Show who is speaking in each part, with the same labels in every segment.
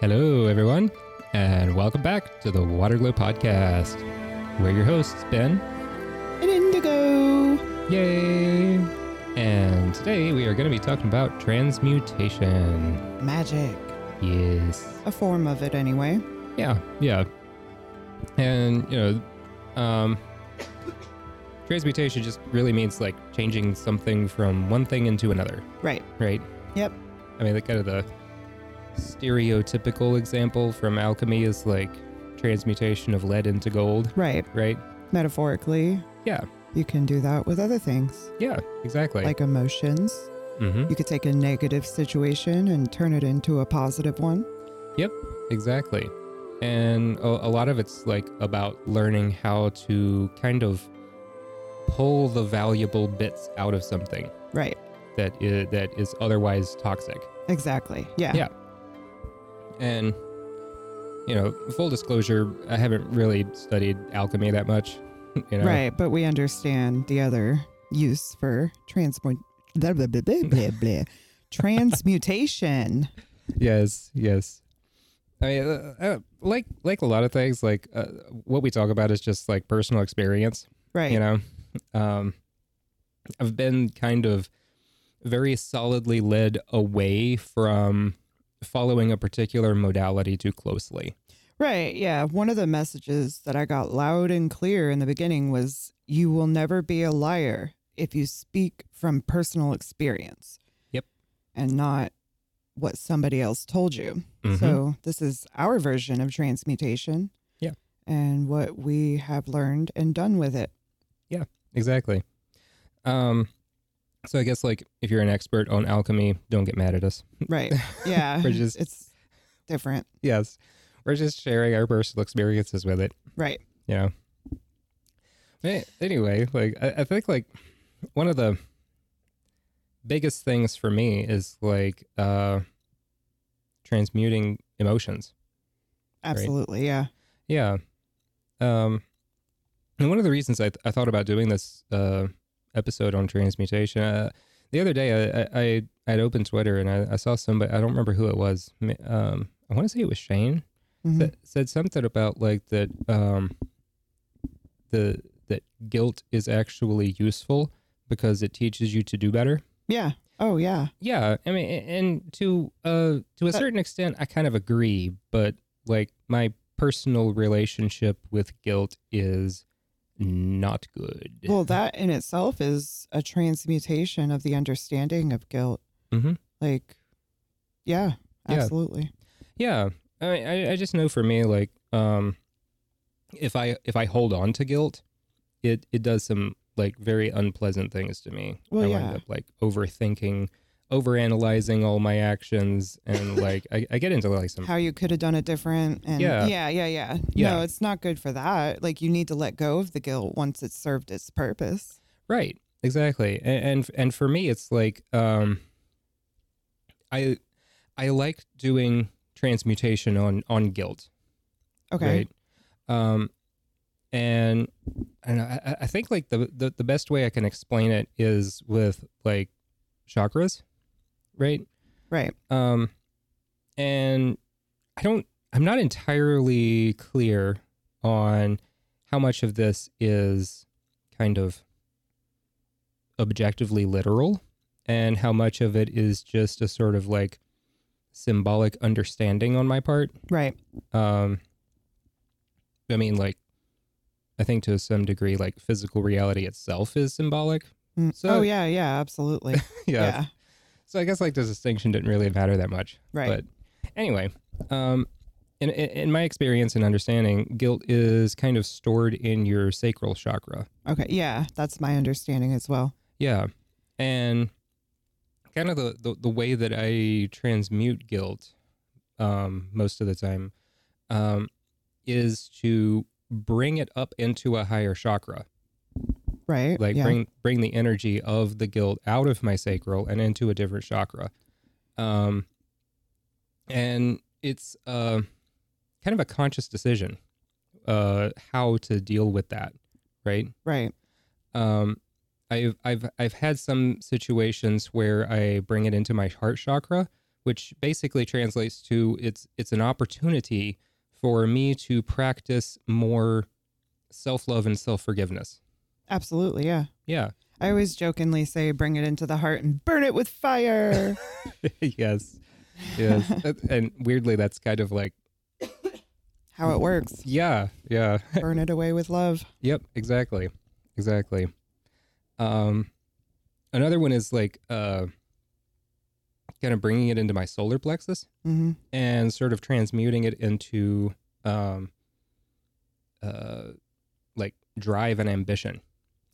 Speaker 1: Hello, everyone, and welcome back to the Waterglow Podcast. We're your hosts, Ben
Speaker 2: An indigo.
Speaker 1: Yay! And today we are going to be talking about transmutation.
Speaker 2: Magic.
Speaker 1: Yes.
Speaker 2: A form of it, anyway.
Speaker 1: Yeah, yeah. And, you know, um, transmutation just really means like changing something from one thing into another,
Speaker 2: Right.
Speaker 1: right?
Speaker 2: Yep.
Speaker 1: I mean, like kind of the stereotypical example from alchemy is like transmutation of lead into gold,
Speaker 2: Right.
Speaker 1: right?
Speaker 2: Metaphorically,
Speaker 1: Yeah,
Speaker 2: you can do that with other things,
Speaker 1: yeah, exactly.
Speaker 2: like emotions.
Speaker 1: hmm
Speaker 2: You could take a negative situation and turn it into a positive one.
Speaker 1: Exactly. And a, a lot of it's like about learning how to kind of pull the valuable bits out of something
Speaker 2: Right.
Speaker 1: that is, that is otherwise toxic.
Speaker 2: Exactly. Yeah.
Speaker 1: Yeah. And you know, full disclosure, I haven't really studied alchemy that much. You know,
Speaker 2: Right. But we understand the other use for transmu- blah, blah, blah, blah, blah, blah. transmutation.
Speaker 1: Yes, yes. I mean, uh, uh, like like a lot of things, like uh, what we talk about is just like personal experience.
Speaker 2: Right.
Speaker 1: you know um i've been kind of very solidly led away from following a particular modality too closely
Speaker 2: Right. Yeah. One of the messages that I got loud and clear in the beginning was you will never be a liar if you speak from personal experience.
Speaker 1: Yep.
Speaker 2: And not what somebody else told you.
Speaker 1: Mhm.
Speaker 2: So this is our version of transmutation.
Speaker 1: Yeah.
Speaker 2: And what we have learned and done with it.
Speaker 1: exactly um so i guess like if you're an expert on alchemy don't get mad at us
Speaker 2: Right. Yeah.
Speaker 1: We're just-
Speaker 2: it's different.
Speaker 1: yes we're just sharing our personal experiences with it
Speaker 2: Right.
Speaker 1: you know But anyway like I, I think like one of the biggest things for me is like uh transmuting emotions
Speaker 2: Absolutely. Yeah.
Speaker 1: yeah um and one of the reasons i, th- I thought about doing this uh episode on transmutation uh, the other day i i I- i'd opened twitter and i, I saw somebody i don't remember who it was Ma- um i want to say it was shane
Speaker 2: Mhm.
Speaker 1: that said something about like that um the that guilt is actually useful because it teaches you to do better
Speaker 2: Yeah. Oh, yeah.
Speaker 1: yeah i mean a- and to uh to a
Speaker 2: But-
Speaker 1: certain extent i kind of agree but like my personal relationship with guilt is not good
Speaker 2: Well, that in itself is a transmutation of the understanding of guilt.
Speaker 1: Mhm.
Speaker 2: Like, yeah,
Speaker 1: Yeah.
Speaker 2: absolutely.
Speaker 1: yeah I, I i just know for me like um if i if i hold on to guilt it it does some like very unpleasant things to me
Speaker 2: Well,
Speaker 1: i wind
Speaker 2: yeah.
Speaker 1: up like overthinking overanalyzing all my actions and like I, I get into like some
Speaker 2: How you could have done it different. And
Speaker 1: Um, Yeah.
Speaker 2: yeah, yeah, yeah. No,
Speaker 1: Yeah.
Speaker 2: it's not good for that. Like, you need to let go of the guilt once it's served its purpose.
Speaker 1: Right. Exactly. A- And and for me it's like um I I like doing transmutation on on guilt,
Speaker 2: Okay.
Speaker 1: right? Um and I don't know, I, I- I think like the, the the best way I can explain it is with like chakras, right?
Speaker 2: Right.
Speaker 1: Um, and I don't, I'm not entirely clear on how much of this is kind of objectively literal and how much of it is just a sort of like symbolic understanding on my part.
Speaker 2: Right.
Speaker 1: Um, I mean, like, I think to some degree, like physical reality itself is symbolic.
Speaker 2: Mm.
Speaker 1: So-
Speaker 2: oh, yeah, yeah, absolutely. yeah.
Speaker 1: So I guess like the distinction didn't really matter that much.
Speaker 2: Right.
Speaker 1: But anyway, um, in, in in my experience and understanding, guilt is kind of stored in your sacral chakra.
Speaker 2: Okay. Yeah. That's my understanding as well.
Speaker 1: Yeah. And kind of the, the, the way that I transmute guilt um, most of the time um, is to bring it up into a higher chakra.
Speaker 2: Right.
Speaker 1: Like
Speaker 2: yeah.
Speaker 1: bring bring the energy of the guilt out of my sacral and into a different chakra. Um, and it's uh, kind of a conscious decision uh, how to deal with that, right?
Speaker 2: right.
Speaker 1: um, I've I've I've had some situations where I bring it into my heart chakra, which basically translates to it's it's an opportunity for me to practice more self-love and self-forgiveness.
Speaker 2: Absolutely. Yeah.
Speaker 1: Yeah.
Speaker 2: I always jokingly say, bring it into the heart and burn it with fire.
Speaker 1: yes. Yes. That- and weirdly that's kind of like
Speaker 2: How it works.
Speaker 1: yeah, yeah.
Speaker 2: Burn it away with love.
Speaker 1: Yep, exactly. Exactly. Um another one is like uh kind of bringing it into my solar plexus
Speaker 2: hmm
Speaker 1: and sort of transmuting it into um uh like drive and ambition.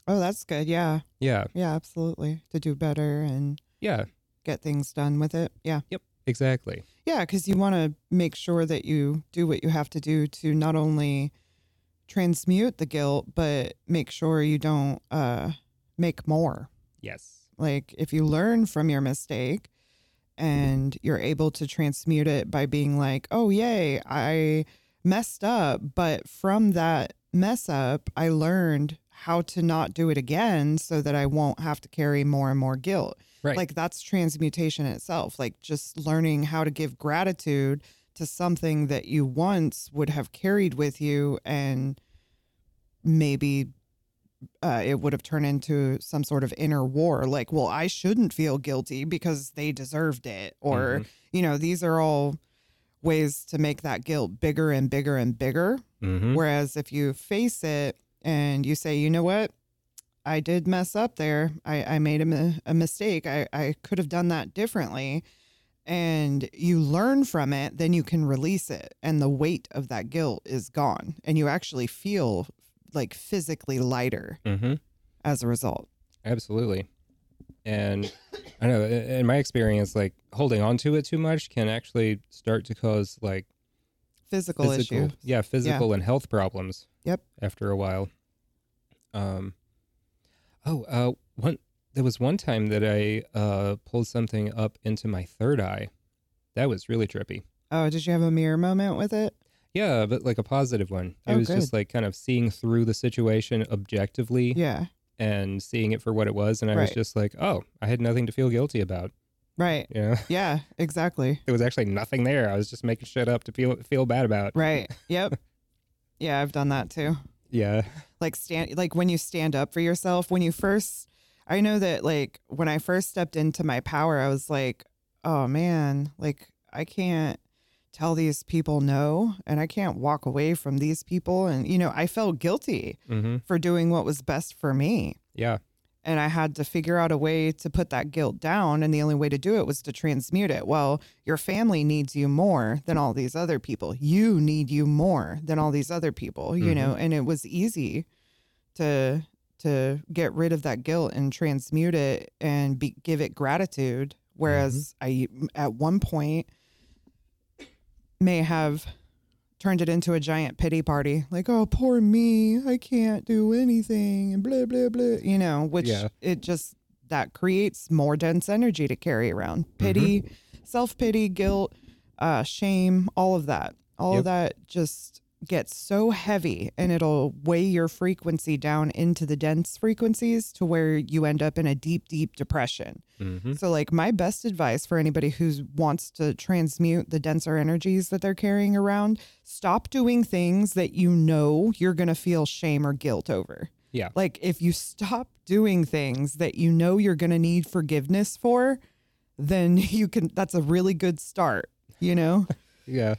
Speaker 2: Oh, that's good. Yeah.
Speaker 1: Yeah.
Speaker 2: Yeah. Absolutely. To do better and
Speaker 1: Yeah,
Speaker 2: get things done with it. Yeah.
Speaker 1: exactly.
Speaker 2: Yeah. Because you want to make sure that you do what you have to do to not only transmute the guilt, but make sure you don't uh, make more.
Speaker 1: Yes.
Speaker 2: Like if you learn from your mistake and you're able to transmute it by being like, oh, yay, I messed up. But from that mess up, I learned how to not do it again so that I won't have to carry more and more guilt.
Speaker 1: Right.
Speaker 2: Like that's transmutation in itself, like just learning how to give gratitude to something that you once would have carried with you and maybe uh, it would have turned into some sort of inner war like well i shouldn't feel guilty because they deserved it or
Speaker 1: Mhm.
Speaker 2: you know these are all ways to make that guilt bigger and bigger and bigger
Speaker 1: Mhm.
Speaker 2: whereas if you face it and you say you know what i did mess up there i, I made a, mi- a mistake I, I could have done that differently and you learn from it then you can release it and the weight of that guilt is gone and you actually feel like physically lighter
Speaker 1: Mhm.
Speaker 2: as a result.
Speaker 1: Absolutely. And I know i- in my experience, like holding on to it too much can actually start to cause like
Speaker 2: Physical,
Speaker 1: physical,
Speaker 2: issue.
Speaker 1: yeah, physical and health problems.
Speaker 2: Yep.
Speaker 1: After a while. Um. Oh, uh, one there was one time that I uh pulled something up into my third eye. That was really trippy.
Speaker 2: Oh, did you have a mirror moment with it?
Speaker 1: Yeah, but like a positive one. It
Speaker 2: Oh,
Speaker 1: was just like kind of seeing through the situation objectively
Speaker 2: Yeah.
Speaker 1: and seeing it for what it was. And I was
Speaker 2: Right.
Speaker 1: just like, oh, I had nothing to feel guilty about.
Speaker 2: Right.
Speaker 1: You know?
Speaker 2: Yeah, exactly.
Speaker 1: there was actually nothing there. I was just making shit up to feel feel bad about.
Speaker 2: Right. Yep. yeah, I've done that too.
Speaker 1: Yeah.
Speaker 2: Like stand like when you stand up for yourself, when you first I know that like when I first stepped into my power, I was like, oh man, like I can't tell these people no and I can't walk away from these people and you know, I felt guilty
Speaker 1: Mm-hmm.
Speaker 2: for doing what was best for me.
Speaker 1: Yeah.
Speaker 2: and I had to figure out a way to put that guilt down. And the only way to do it was to transmute it. Well, your family needs you more than all these other people. You need you more than all these other people, you
Speaker 1: Mhm.
Speaker 2: know, and it was easy to to get rid of that guilt and transmute it and be, give it gratitude whereas i at one point may have turned it into a giant pity party. Like, oh, poor me, I can't do anything, and blah blah blah. You know, which
Speaker 1: Yeah.
Speaker 2: it just that creates more dense energy to carry around.
Speaker 1: Mm-hmm.
Speaker 2: Pity, self pity, guilt, uh, shame, all of that. All
Speaker 1: Yep.
Speaker 2: of that just gets so heavy and it'll weigh your frequency down into the dense frequencies to where you end up in a deep deep depression.
Speaker 1: Mm-hmm.
Speaker 2: So, like, my best advice for anybody who wants to transmute the denser energies that they're carrying around, stop doing things that you know you're going to feel shame or guilt over.
Speaker 1: Yeah.
Speaker 2: Like, if you stop doing things that you know you're going to need forgiveness for, then you can, that's a really good start, you know?
Speaker 1: Yeah.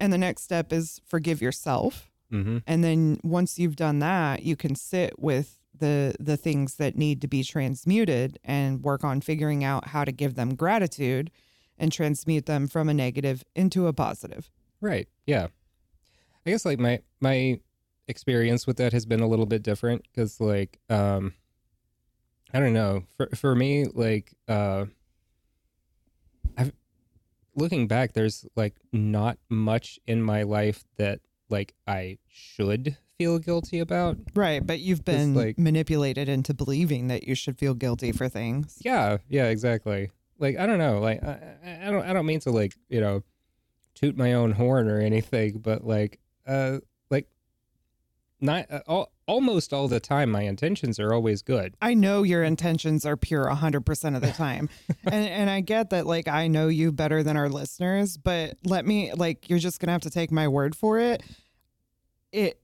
Speaker 2: and the next step is forgive yourself.
Speaker 1: Mm-hmm.
Speaker 2: And then once you've done that, you can sit with the the things that need to be transmuted and work on figuring out how to give them gratitude and transmute them from a negative into a positive.
Speaker 1: Right. Yeah. I guess like my my experience with that has been a little bit different because like um I don't know for for me like uh I've looking back there's like not much in my life that like I should feel guilty about
Speaker 2: Right, but you've been
Speaker 1: like-
Speaker 2: manipulated into believing that you should feel guilty for things.
Speaker 1: Yeah, yeah, exactly. Like I don't know, like I, I- I don't, I don't mean to like you know, toot my own horn or anything, but like, uh, like, not uh, all almost all the time my intentions are always good.
Speaker 2: I know your intentions are pure 100% of the time. and and I get that like I know you better than our listeners, but let me like you're just going to have to take my word for it. It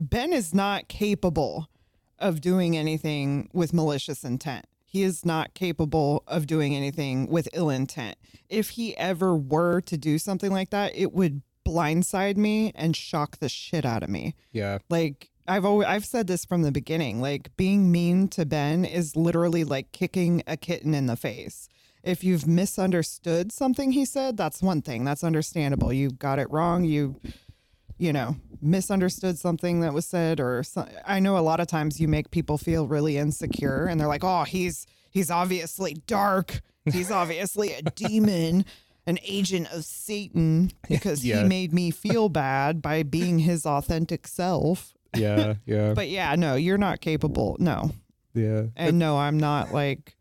Speaker 2: Ben is not capable of doing anything with malicious intent. He is not capable of doing anything with ill intent. If he ever were to do something like that, it would blindside me and shock the shit out of me
Speaker 1: Yeah.
Speaker 2: like I've always I've said this from the beginning. Like being mean to Ben is literally like kicking a kitten in the face. If you've misunderstood something he said, that's one thing. That's understandable. You got it wrong. You you know, misunderstood something that was said or so, I know a lot of times you make people feel really insecure and they're like, "Oh, he's he's obviously dark. He's obviously a demon." An agent of Satan because
Speaker 1: Yeah.
Speaker 2: he made me feel bad by being his authentic self.
Speaker 1: Yeah. Yeah.
Speaker 2: But yeah, no, you're not capable. No.
Speaker 1: yeah.
Speaker 2: And no, I'm not like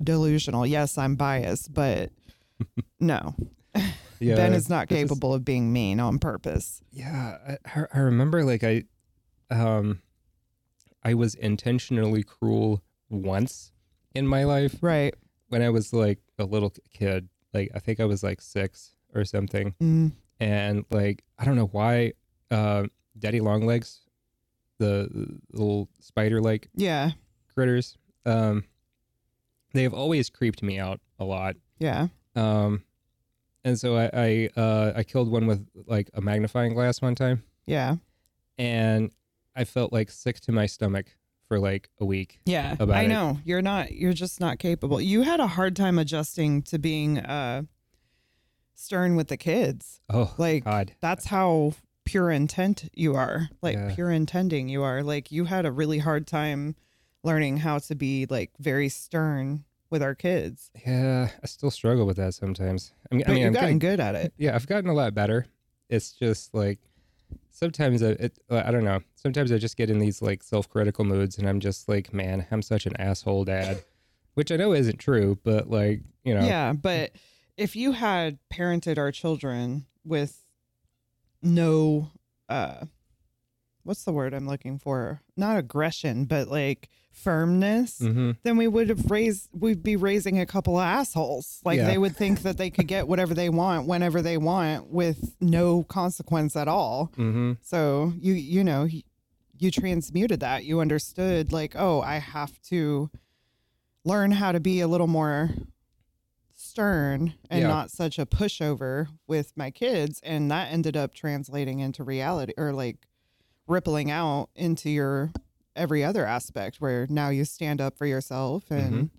Speaker 2: delusional. Yes, I'm biased, but no.
Speaker 1: Yeah.
Speaker 2: ben is not
Speaker 1: this is-
Speaker 2: capable of being mean on purpose.
Speaker 1: yeah. I, I- I remember like I, um, I was intentionally cruel once in my life
Speaker 2: Right.
Speaker 1: when I was like a little kid. Like I think I was like six or something.
Speaker 2: Mm.
Speaker 1: and like I don't know why uh, Daddy Longlegs, the, the little spider-like
Speaker 2: Yeah.
Speaker 1: critters, um, they have always creeped me out a lot.
Speaker 2: Yeah.
Speaker 1: Um, and so I I, uh, I killed one with like a magnifying glass one time,
Speaker 2: Yeah.
Speaker 1: and I felt like sick to my stomach for like a week.
Speaker 2: Yeah.
Speaker 1: About
Speaker 2: I
Speaker 1: it.
Speaker 2: know. You're not you're just not capable. You had a hard time adjusting to being uh stern with the kids.
Speaker 1: Oh
Speaker 2: Like
Speaker 1: God,
Speaker 2: that's how pure intent you are like
Speaker 1: Yeah.
Speaker 2: pure intending you are like you had a really hard time learning how to be like very stern with our kids
Speaker 1: yeah, I still struggle with that sometimes. I mean,
Speaker 2: but
Speaker 1: I mean,
Speaker 2: you've
Speaker 1: I'm
Speaker 2: gotten
Speaker 1: getting
Speaker 2: good at it
Speaker 1: yeah, I've gotten a lot better. It's just like sometimes I, it, uh, I don't know. Sometimes I just get in these like self-critical moods, and I'm just like, man, I'm such an asshole dad, which I know isn't true, but like you know,
Speaker 2: yeah but if you had parented our children with no uh what's the word i'm looking for not aggression but like firmness
Speaker 1: hmm
Speaker 2: then we would have raised we'd be raising a couple of assholes like
Speaker 1: Yeah.
Speaker 2: they would think that they could get whatever they want whenever they want with no consequence at all
Speaker 1: hmm
Speaker 2: so you you know y- you transmuted that you understood like oh i have to learn how to be a little more stern and
Speaker 1: Yeah.
Speaker 2: not such a pushover with my kids and that ended up translating into reality or like rippling out into your every other aspect where now you stand up for yourself and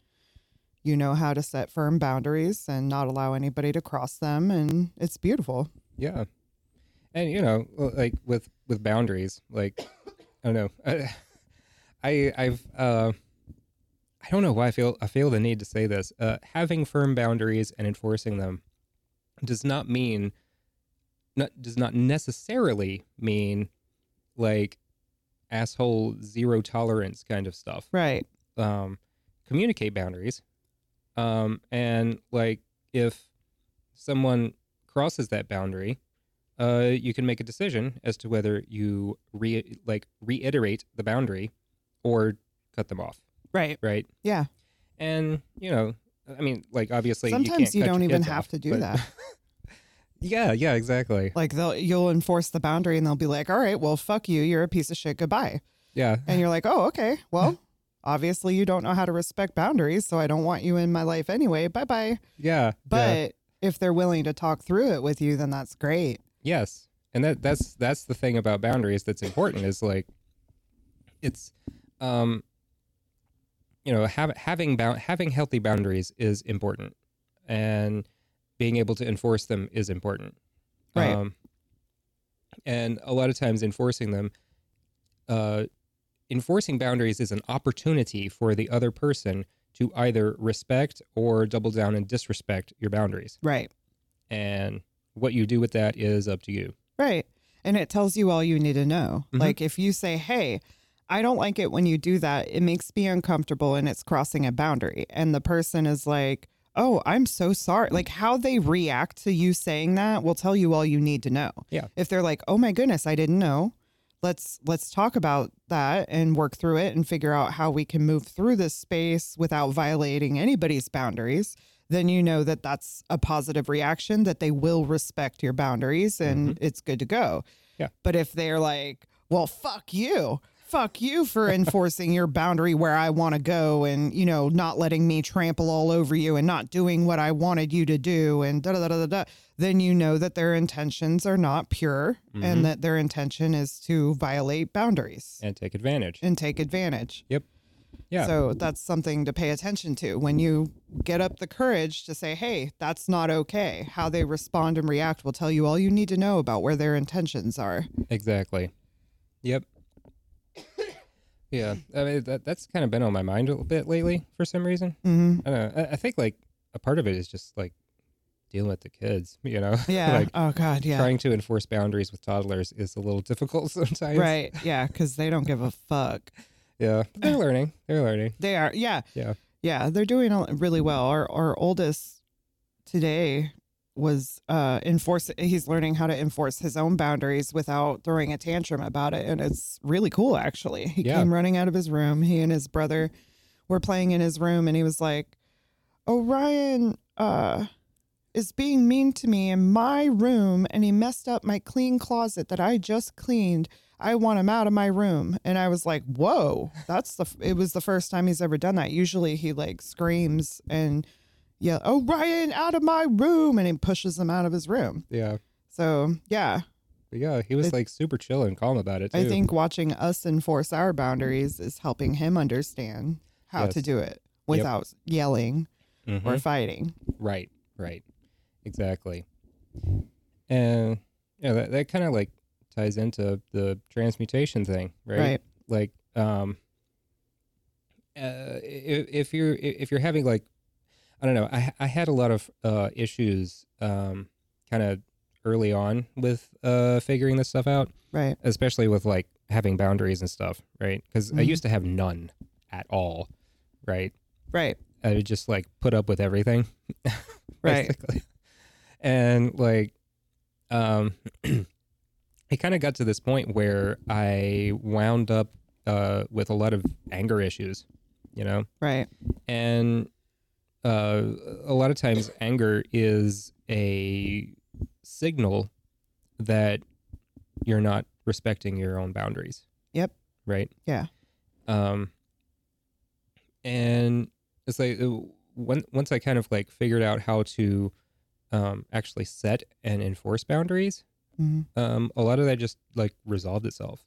Speaker 2: you know how to set firm boundaries and not allow anybody to cross them and it's beautiful
Speaker 1: yeah, and you know, l- like with with boundaries, like I don't know, I, I I've uh, I don't know why I feel I feel the need to say this. Uh, having firm boundaries and enforcing them does not mean not does not necessarily mean like asshole zero tolerance kind of stuff.
Speaker 2: right
Speaker 1: Um, communicate boundaries, um, and like if someone crosses that boundary, uh, you can make a decision as to whether you re like reiterate the boundary or cut them off,
Speaker 2: right
Speaker 1: right?
Speaker 2: yeah
Speaker 1: And you know, I mean, like obviously,
Speaker 2: Sometimes
Speaker 1: you,
Speaker 2: you
Speaker 1: can't cut
Speaker 2: don't
Speaker 1: your
Speaker 2: even
Speaker 1: kids
Speaker 2: have
Speaker 1: off,
Speaker 2: to do
Speaker 1: but-
Speaker 2: that.
Speaker 1: yeah, yeah, exactly.
Speaker 2: like they'll you'll enforce the boundary and they'll be like all right well fuck you you're a piece of shit goodbye
Speaker 1: Yeah,
Speaker 2: and you're like oh okay well obviously you don't know how to respect boundaries so i don't want you in my life anyway bye bye
Speaker 1: yeah,
Speaker 2: but
Speaker 1: yeah.
Speaker 2: if they're willing to talk through it with you then that's great
Speaker 1: yes, and that that's that's the thing about boundaries that's important is like, it's, um, you know, have, having bound having healthy boundaries is important, and being able to enforce them is important,
Speaker 2: Right.
Speaker 1: Um, and a lot of times enforcing them, uh, enforcing boundaries is an opportunity for the other person to either respect or double down and disrespect your boundaries.
Speaker 2: right
Speaker 1: and what you do with that is up to you.
Speaker 2: right and it tells you all you need to know
Speaker 1: Mhm.
Speaker 2: like if you say hey i don't like it when you do that it makes me uncomfortable and it's crossing a boundary and the person is like oh i'm so sorry like how they react to you saying that will tell you all you need to know
Speaker 1: Yeah.
Speaker 2: if they're like oh my goodness i didn't know let's let's talk about that and work through it and figure out how we can move through this space without violating anybody's boundaries then you know that that's a positive reaction that they will respect your boundaries and it's good to go
Speaker 1: Yeah.
Speaker 2: but if they're like well fuck you fuck you for enforcing your boundary where i want to go and you know not letting me trample all over you and not doing what i wanted you to do and da da da da da then you know that their intentions are not pure
Speaker 1: Mhm.
Speaker 2: and that their intention is to violate boundaries
Speaker 1: and take advantage.
Speaker 2: and take advantage.
Speaker 1: Yeah.
Speaker 2: So that's something to pay attention to when you get up the courage to say, hey, that's not okay. How they respond and react will tell you all you need to know about where their intentions are.
Speaker 1: Exactly. Yep. Yeah, I mean that, that's kind of been on my mind a little bit lately for some reason.
Speaker 2: hmm
Speaker 1: I don't know. I, I think like a part of it is just like dealing with the kids, you know.
Speaker 2: Yeah.
Speaker 1: like
Speaker 2: oh, God. Yeah.
Speaker 1: trying to enforce boundaries with toddlers is a little difficult sometimes.
Speaker 2: Right. Yeah. Because they don't give a fuck.
Speaker 1: Yeah. But they're learning. They're learning.
Speaker 2: They are. Yeah.
Speaker 1: Yeah.
Speaker 2: Yeah. They're doing all- really well. Our, our oldest today was uh enforce he's learning how to enforce his own boundaries without throwing a tantrum about it and it's really cool actually he
Speaker 1: Yeah.
Speaker 2: came running out of his room he and his brother were playing in his room and he was like oh ryan uh is being mean to me in my room and he messed up my clean closet that i just cleaned i want him out of my room and i was like whoa that's the f- it was the first time he's ever done that usually he like screams and yeah, oh Ryan, out of my room, and he pushes him out of his room.
Speaker 1: Yeah.
Speaker 2: So yeah,
Speaker 1: But yeah, he was
Speaker 2: It-
Speaker 1: like super chill and calm about it too.
Speaker 2: I think watching us enforce our boundaries is helping him understand how to
Speaker 1: Yes.
Speaker 2: do it without yelling
Speaker 1: Mhm.
Speaker 2: or fighting.
Speaker 1: Right, right. Exactly. And yeah, that, that kind of like ties into the transmutation thing, right?
Speaker 2: Right.
Speaker 1: Like, um, uh, if, if you're if you're having like, I don't know, I I had a lot of uh, issues, um, kind of early on with uh figuring this stuff out,
Speaker 2: Right.
Speaker 1: especially with like having boundaries and stuff, right? Because I
Speaker 2: Mhm.
Speaker 1: used to have none at all, right?
Speaker 2: Right.
Speaker 1: I would just like put up with everything
Speaker 2: Right.
Speaker 1: basically. And like, um, it kind of got to this point where I wound up uh, with a lot of anger issues, you know,
Speaker 2: Right.
Speaker 1: and uh, a lot of times anger is a signal that you're not respecting your own boundaries.
Speaker 2: Yep.
Speaker 1: Right.
Speaker 2: Yeah.
Speaker 1: Um, and it's like uh, when, once I kind of like figured out how to um, actually set and enforce boundaries,
Speaker 2: hmm
Speaker 1: um, a lot of that just like resolved itself.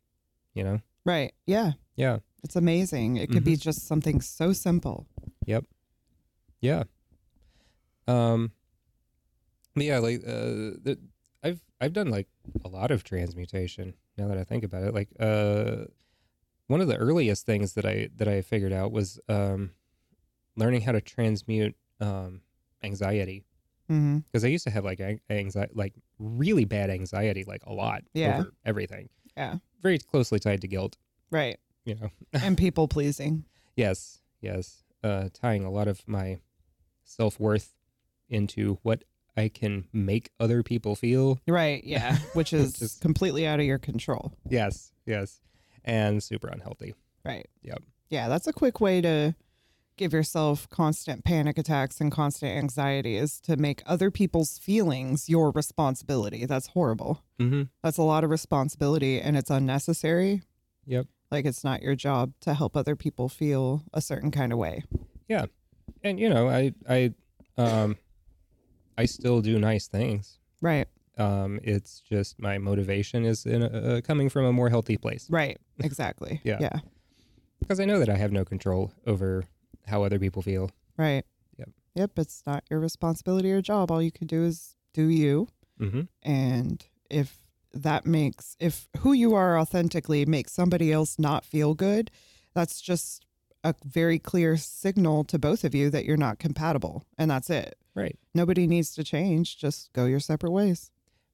Speaker 1: You know.
Speaker 2: Right. Yeah.
Speaker 1: Yeah. Mm-hmm.
Speaker 2: It's amazing. It could be just something so simple.
Speaker 1: Yeah. Um. but yeah, like uh, the, I've I've done like a lot of transmutation. Now that I think about it, like uh, one of the earliest things that I that I figured out was um, learning how to transmute um anxiety
Speaker 2: hmm
Speaker 1: because I used to have like anxiety, like really bad anxiety, like a lot
Speaker 2: Yeah.
Speaker 1: over everything.
Speaker 2: Yeah.
Speaker 1: Very closely tied to guilt.
Speaker 2: Right.
Speaker 1: You know.
Speaker 2: and people pleasing.
Speaker 1: Yes, yes. Uh, tying a lot of my self worth into what I can make other people feel.
Speaker 2: Right. Yeah. Which is
Speaker 1: Just-
Speaker 2: completely out of your control.
Speaker 1: Yes, yes. And super unhealthy.
Speaker 2: Right.
Speaker 1: Yep.
Speaker 2: Yeah, that's a quick way to give yourself constant panic attacks and constant anxiety is to make other people's feelings your responsibility. That's horrible.
Speaker 1: Mm-hmm.
Speaker 2: That's a lot of responsibility and it's unnecessary.
Speaker 1: Yep.
Speaker 2: Like it's not your job to help other people feel a certain kind of way.
Speaker 1: And you know, I I um I still do nice things.
Speaker 2: Right.
Speaker 1: Um, it's just my motivation is in a, uh, coming from a more healthy place
Speaker 2: Right. Exactly.
Speaker 1: Yeah.
Speaker 2: Yeah.
Speaker 1: because I know that I have no control over how other people feel.
Speaker 2: Right.
Speaker 1: Yep.
Speaker 2: Yep. It's not your responsibility or job. All you can do is do you.
Speaker 1: Mm-hmm.
Speaker 2: And if that makes, if who you are authentically makes somebody else not feel good, that's just a very clear signal to both of you that you're not compatible. And that's it.
Speaker 1: Right.
Speaker 2: Nobody needs to change. Just go your separate ways.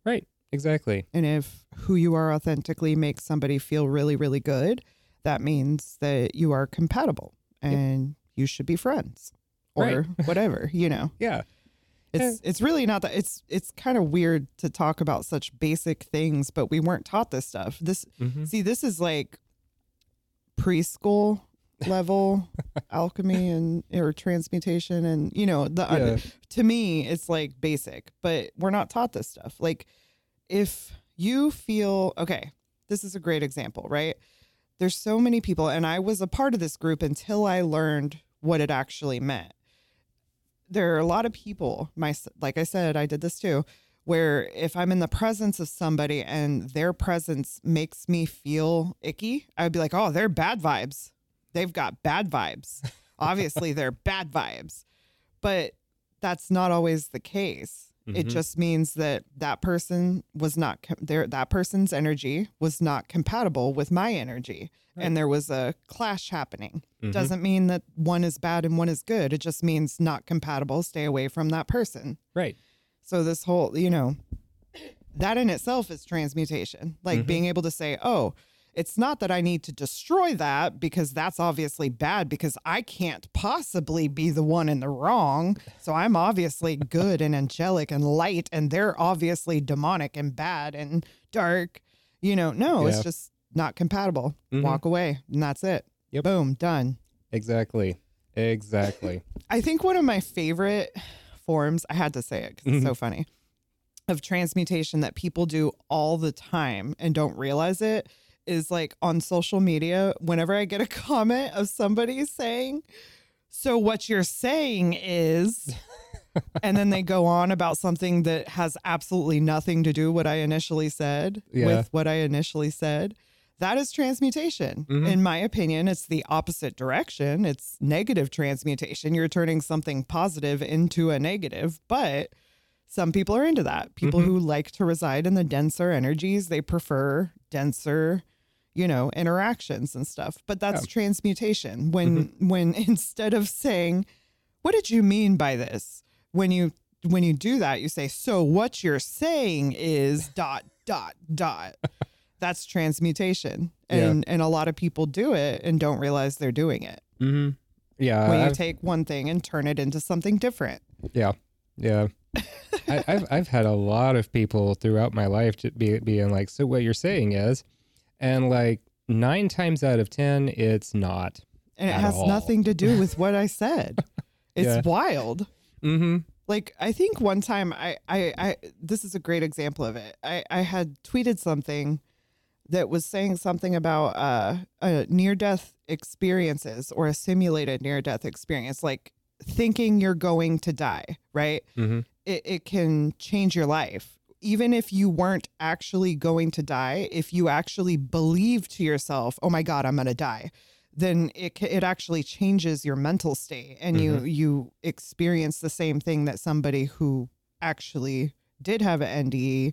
Speaker 1: Right. Exactly.
Speaker 2: And if who you are authentically makes somebody feel really, really good, that means that you are compatible and you should be friends or whatever, you know.
Speaker 1: Yeah.
Speaker 2: It's it's really not that it's it's kind of weird to talk about such basic things, but we weren't taught this stuff. This
Speaker 1: Mm-hmm.
Speaker 2: see, this is like preschool level alchemy and or transmutation and you know the
Speaker 1: Yeah.
Speaker 2: to me it's like basic but we're not taught this stuff like if you feel okay this is a great example right there's so many people and i was a part of this group until i learned what it actually meant there are a lot of people my like i said i did this too where if i'm in the presence of somebody and their presence makes me feel icky i would be like oh they're bad vibes they've got bad vibes obviously they're bad vibes but that's not always the case. It
Speaker 1: Mhm.
Speaker 2: just means that that person was not com- there. That person's energy was not compatible with my energy,
Speaker 1: Right.
Speaker 2: and there was a clash happening.
Speaker 1: Mhm.
Speaker 2: Doesn't mean that one is bad and one is good. It just means not compatible. Stay away from that person.
Speaker 1: right.
Speaker 2: So this whole, you know, that in itself is transmutation. Like
Speaker 1: Mhm.
Speaker 2: being able to say, "Oh, it's not that I need to destroy that because that's obviously bad because I can't possibly be the one in the wrong. So I'm obviously good and angelic and light and they're obviously demonic and bad and dark." You know, no,
Speaker 1: Yeah.
Speaker 2: it's just not compatible.
Speaker 1: Mhm.
Speaker 2: Walk away and that's it.
Speaker 1: Yep.
Speaker 2: Boom, done.
Speaker 1: Exactly. Exactly.
Speaker 2: I think one of my favorite forms, I had to say it because it's so funny, of transmutation that people do all the time and don't realize it is like on social media. Whenever I get a comment of somebody saying, So what you're saying is, and then they go on about something that has absolutely nothing to do what I initially said
Speaker 1: Yeah.
Speaker 2: with what I initially said. That is transmutation.
Speaker 1: Mhm.
Speaker 2: In my opinion, it's the opposite direction. It's negative transmutation. You're turning something positive into a negative, but some people are into that. People
Speaker 1: Mhm.
Speaker 2: who like to reside in the denser energies, they prefer denser, you know, interactions and stuff. But that's transmutation. When when instead of saying, "What did you mean by this?" when you when you do that, you say, "So what you're saying is dot dot dot." that's transmutation
Speaker 1: Yeah.
Speaker 2: and and a lot of people do it and don't realize they're doing it
Speaker 1: hmm Yeah.
Speaker 2: when you
Speaker 1: I've-
Speaker 2: take one thing and turn it into something different
Speaker 1: Yeah, yeah. I, I've I've had a lot of people throughout my life to be being like, so what you're saying is, and like nine times out of ten, it's not.
Speaker 2: and it
Speaker 1: At
Speaker 2: has
Speaker 1: all.
Speaker 2: nothing to do with what i said it's
Speaker 1: Yeah.
Speaker 2: wild
Speaker 1: Mm-hmm.
Speaker 2: like i think one time I, I i this is a great example of it i i had tweeted something that was saying something about uh, uh near death experiences or a simulated near death experience like thinking you're going to die right
Speaker 1: Mm-hmm.
Speaker 2: it, it can change your life. Even if you weren't actually going to die, if you actually believe to yourself, "Oh my God, I'm going to die," then it ca- it actually changes your mental state, and you you experience the same thing that somebody who actually did have an NDE,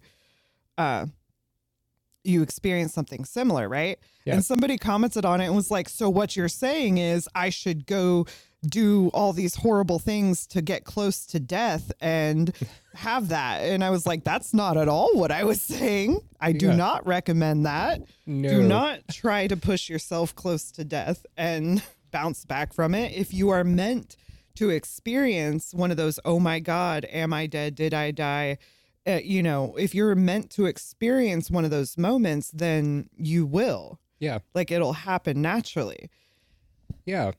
Speaker 2: uh, you experience something similar, right?
Speaker 1: Yeah.
Speaker 2: And somebody commented on it and was like, "So what you're saying is I should go do all these horrible things to get close to death and have that. And I was like, that's not at all what I was saying. I do
Speaker 1: Yeah.
Speaker 2: not recommend that.
Speaker 1: No.
Speaker 2: Do not try to push yourself close to death and bounce back from it. If you are meant to experience one of those, oh my God, am I dead? Did I die? Uh, you know, if you're meant to experience one of those moments, then you will.
Speaker 1: Yeah.
Speaker 2: Like it'll happen naturally.
Speaker 1: Yeah.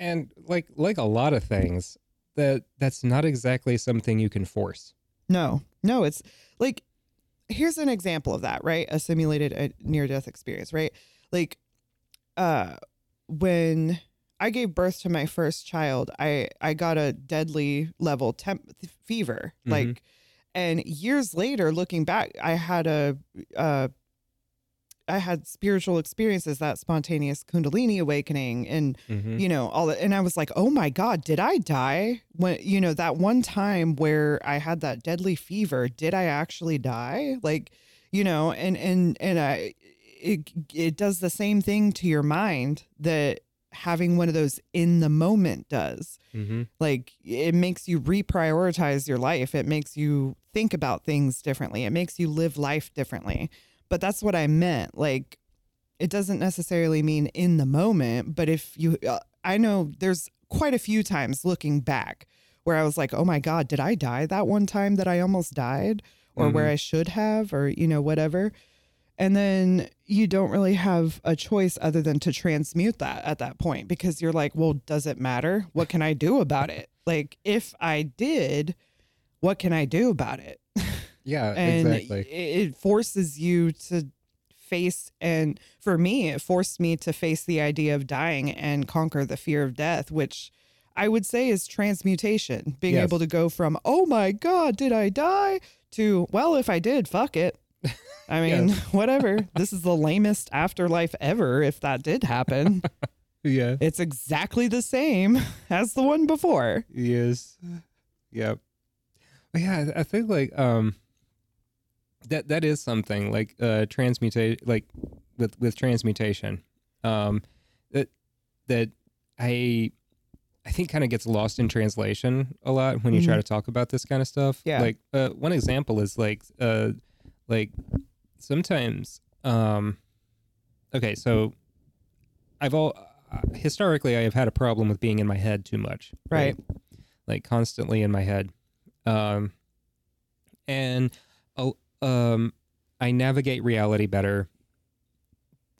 Speaker 1: And like like a lot of things, that that's not exactly something you can force.
Speaker 2: No, no, it's like here's an example of that, right? A simulated uh, near death experience, right? Like uh when I gave birth to my first child, I I got a deadly level temp fever.
Speaker 1: Mhm.
Speaker 2: Like and years later looking back, I had a uh I had spiritual experiences, that spontaneous kundalini awakening and
Speaker 1: Mm-hmm.
Speaker 2: you know all that and i was like oh my god did i die when you know that one time where i had that deadly fever did i actually die like you know and and and i it it does the same thing to your mind that having one of those in the moment does
Speaker 1: Mm-hmm.
Speaker 2: like it makes you reprioritize your life it makes you think about things differently it makes you live life differently but that's what i meant like it doesn't necessarily mean in the moment but if you uh, i know there's quite a few times looking back where I was like, oh my God, did I die that one time that I almost died or where I should have or, you know, whatever. And then you don't really have a choice other than to transmute that at that point because you're like, well, does it matter? What can I do about it? Like, if I did, what can I do about it?
Speaker 1: Yeah,
Speaker 2: and
Speaker 1: Uh, exactly.
Speaker 2: i- it forces you to face and for me it forced me to face the idea of dying and conquer the fear of death which i would say is transmutation being
Speaker 1: Yes.
Speaker 2: able to go from oh my god did i die to well if i did fuck it i mean whatever this is the lamest afterlife ever if that did happen
Speaker 1: yeah.
Speaker 2: it's exactly the same as the one before
Speaker 1: Yes. Yep. But yeah, I- I think like um that that is something like uh transmutation like with with transmutation. Um that that I I think kind of gets lost in translation a lot when you try to talk about this kind of stuff.
Speaker 2: Yeah.
Speaker 1: Like uh, one example is like uh like sometimes um okay, so I've all historically I have had a problem with being in my head too much
Speaker 2: right
Speaker 1: like constantly in my head. Um, and oh, um, I navigate reality better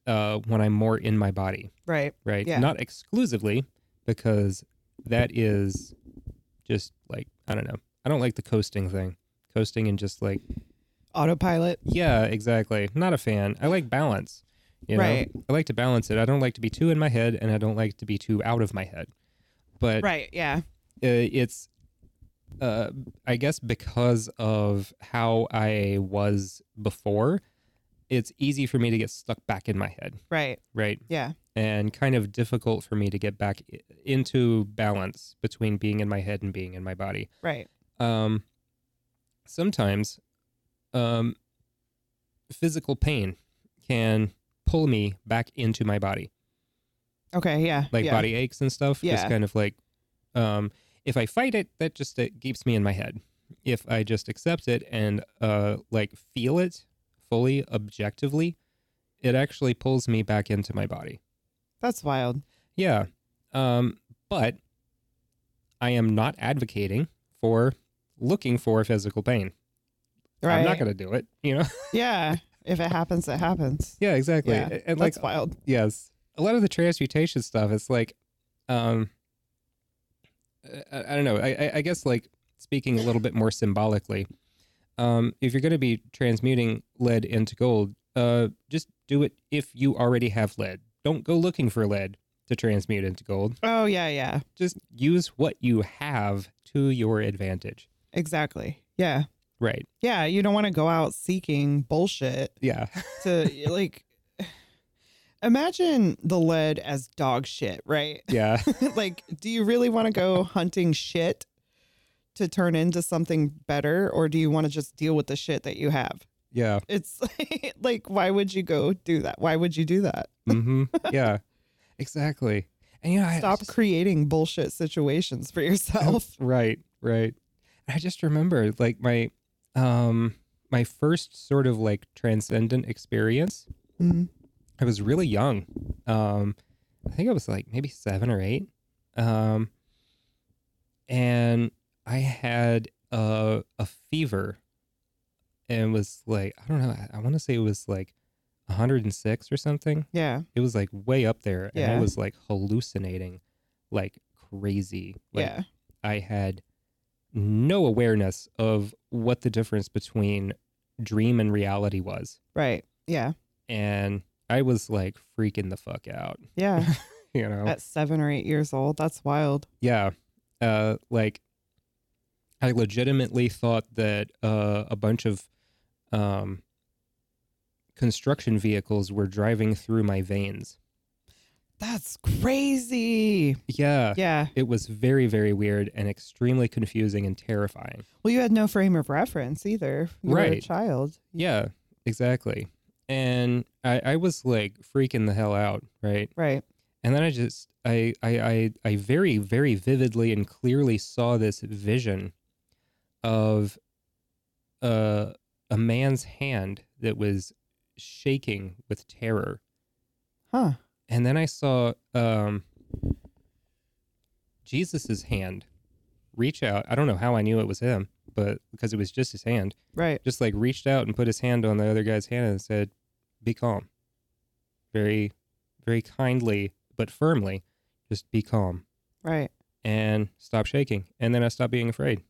Speaker 1: uh, when I'm more in my body,
Speaker 2: right
Speaker 1: right?
Speaker 2: Yeah.
Speaker 1: Not exclusively, because that is just like, I don't know. I don't like the coasting thing. Coasting and just like,
Speaker 2: autopilot
Speaker 1: yeah, exactly. Not a fan. I like balance. You know,
Speaker 2: Right.
Speaker 1: I like to balance it. I don't like to be too in my head and I don't like to be too out of my head. But
Speaker 2: right yeah
Speaker 1: uh, it's uh, I guess because of how I was before, it's easy for me to get stuck back in my head,
Speaker 2: right
Speaker 1: right?
Speaker 2: yeah
Speaker 1: And kind of difficult for me to get back i- into balance between being in my head and being in my body.
Speaker 2: right
Speaker 1: Um, sometimes um, physical pain can pull me back into my body
Speaker 2: Okay, yeah.
Speaker 1: like
Speaker 2: yeah.
Speaker 1: body aches and stuff. Just
Speaker 2: Yeah.
Speaker 1: kind of like, um, if I fight it, that just it keeps me in my head. If I just accept it and uh, like feel it fully objectively, it actually pulls me back into my body.
Speaker 2: That's wild.
Speaker 1: Yeah. Um, but I am not advocating for looking for physical pain.
Speaker 2: Right.
Speaker 1: I'm not going to do it, you know?
Speaker 2: yeah. If it happens, it happens.
Speaker 1: yeah, exactly.
Speaker 2: Yeah,
Speaker 1: And- and like
Speaker 2: That's wild.
Speaker 1: Yes. A lot of the transmutation stuff, it's like, um, I, I don't know. I, I- I guess, like, speaking a little bit more symbolically, um, if you're going to be transmuting lead into gold, uh, just do it if you already have lead. Don't go looking for lead to transmute into gold.
Speaker 2: Oh yeah, yeah.
Speaker 1: Just use what you have to your advantage.
Speaker 2: Exactly. Yeah.
Speaker 1: Right.
Speaker 2: Yeah. You don't want to go out seeking bullshit
Speaker 1: Yeah.
Speaker 2: to like imagine the lead as dog shit, right?
Speaker 1: Yeah.
Speaker 2: like, do you really want to go hunting shit to turn into something better? Or do you want to just deal with the shit that you have?
Speaker 1: yeah.
Speaker 2: It's like, like why would you go do that? Why would you do that?
Speaker 1: hmm Yeah. Exactly. And, you know, I
Speaker 2: Stop
Speaker 1: just-
Speaker 2: creating bullshit situations for yourself.
Speaker 1: Right, right. I just remember like my um my first sort of like transcendent experience.
Speaker 2: Mhm.
Speaker 1: I was really young. Um I think I was like maybe 7 or 8. Um and I had a a fever and was like I don't know, I, I want to say it was like 106 or something.
Speaker 2: Yeah.
Speaker 1: It was like way up there and I
Speaker 2: Yeah.
Speaker 1: was like hallucinating like crazy. Like
Speaker 2: yeah.
Speaker 1: I had no awareness of what the difference between dream and reality was.
Speaker 2: Right. Yeah.
Speaker 1: And I was like freaking the fuck out,
Speaker 2: Yeah.
Speaker 1: you know?
Speaker 2: At seven or eight years old. That's wild.
Speaker 1: yeah. Uh, like, I legitimately thought that uh, a bunch of um, construction vehicles were driving through my veins.
Speaker 2: That's crazy.
Speaker 1: Yeah.
Speaker 2: Yeah.
Speaker 1: It was very, very weird and extremely confusing and terrifying.
Speaker 2: Well, you had no frame of reference either. You were a
Speaker 1: Right.
Speaker 2: child.
Speaker 1: Yeah, exactly. And I, I was like freaking the hell out, right?
Speaker 2: Right.
Speaker 1: And then I just I, I I I very very vividly and clearly saw this vision of uh, a man's hand that was shaking with terror,
Speaker 2: Huh.
Speaker 1: and then I saw um, Jesus's hand reach out. I don't know how I knew it was him, but because it was just his hand,
Speaker 2: Right.
Speaker 1: just like reached out and put his hand on the other guy's hand and said, "Be calm." Very, very kindly but firmly, just be calm
Speaker 2: Right.
Speaker 1: and stop shaking. And then I stopped being afraid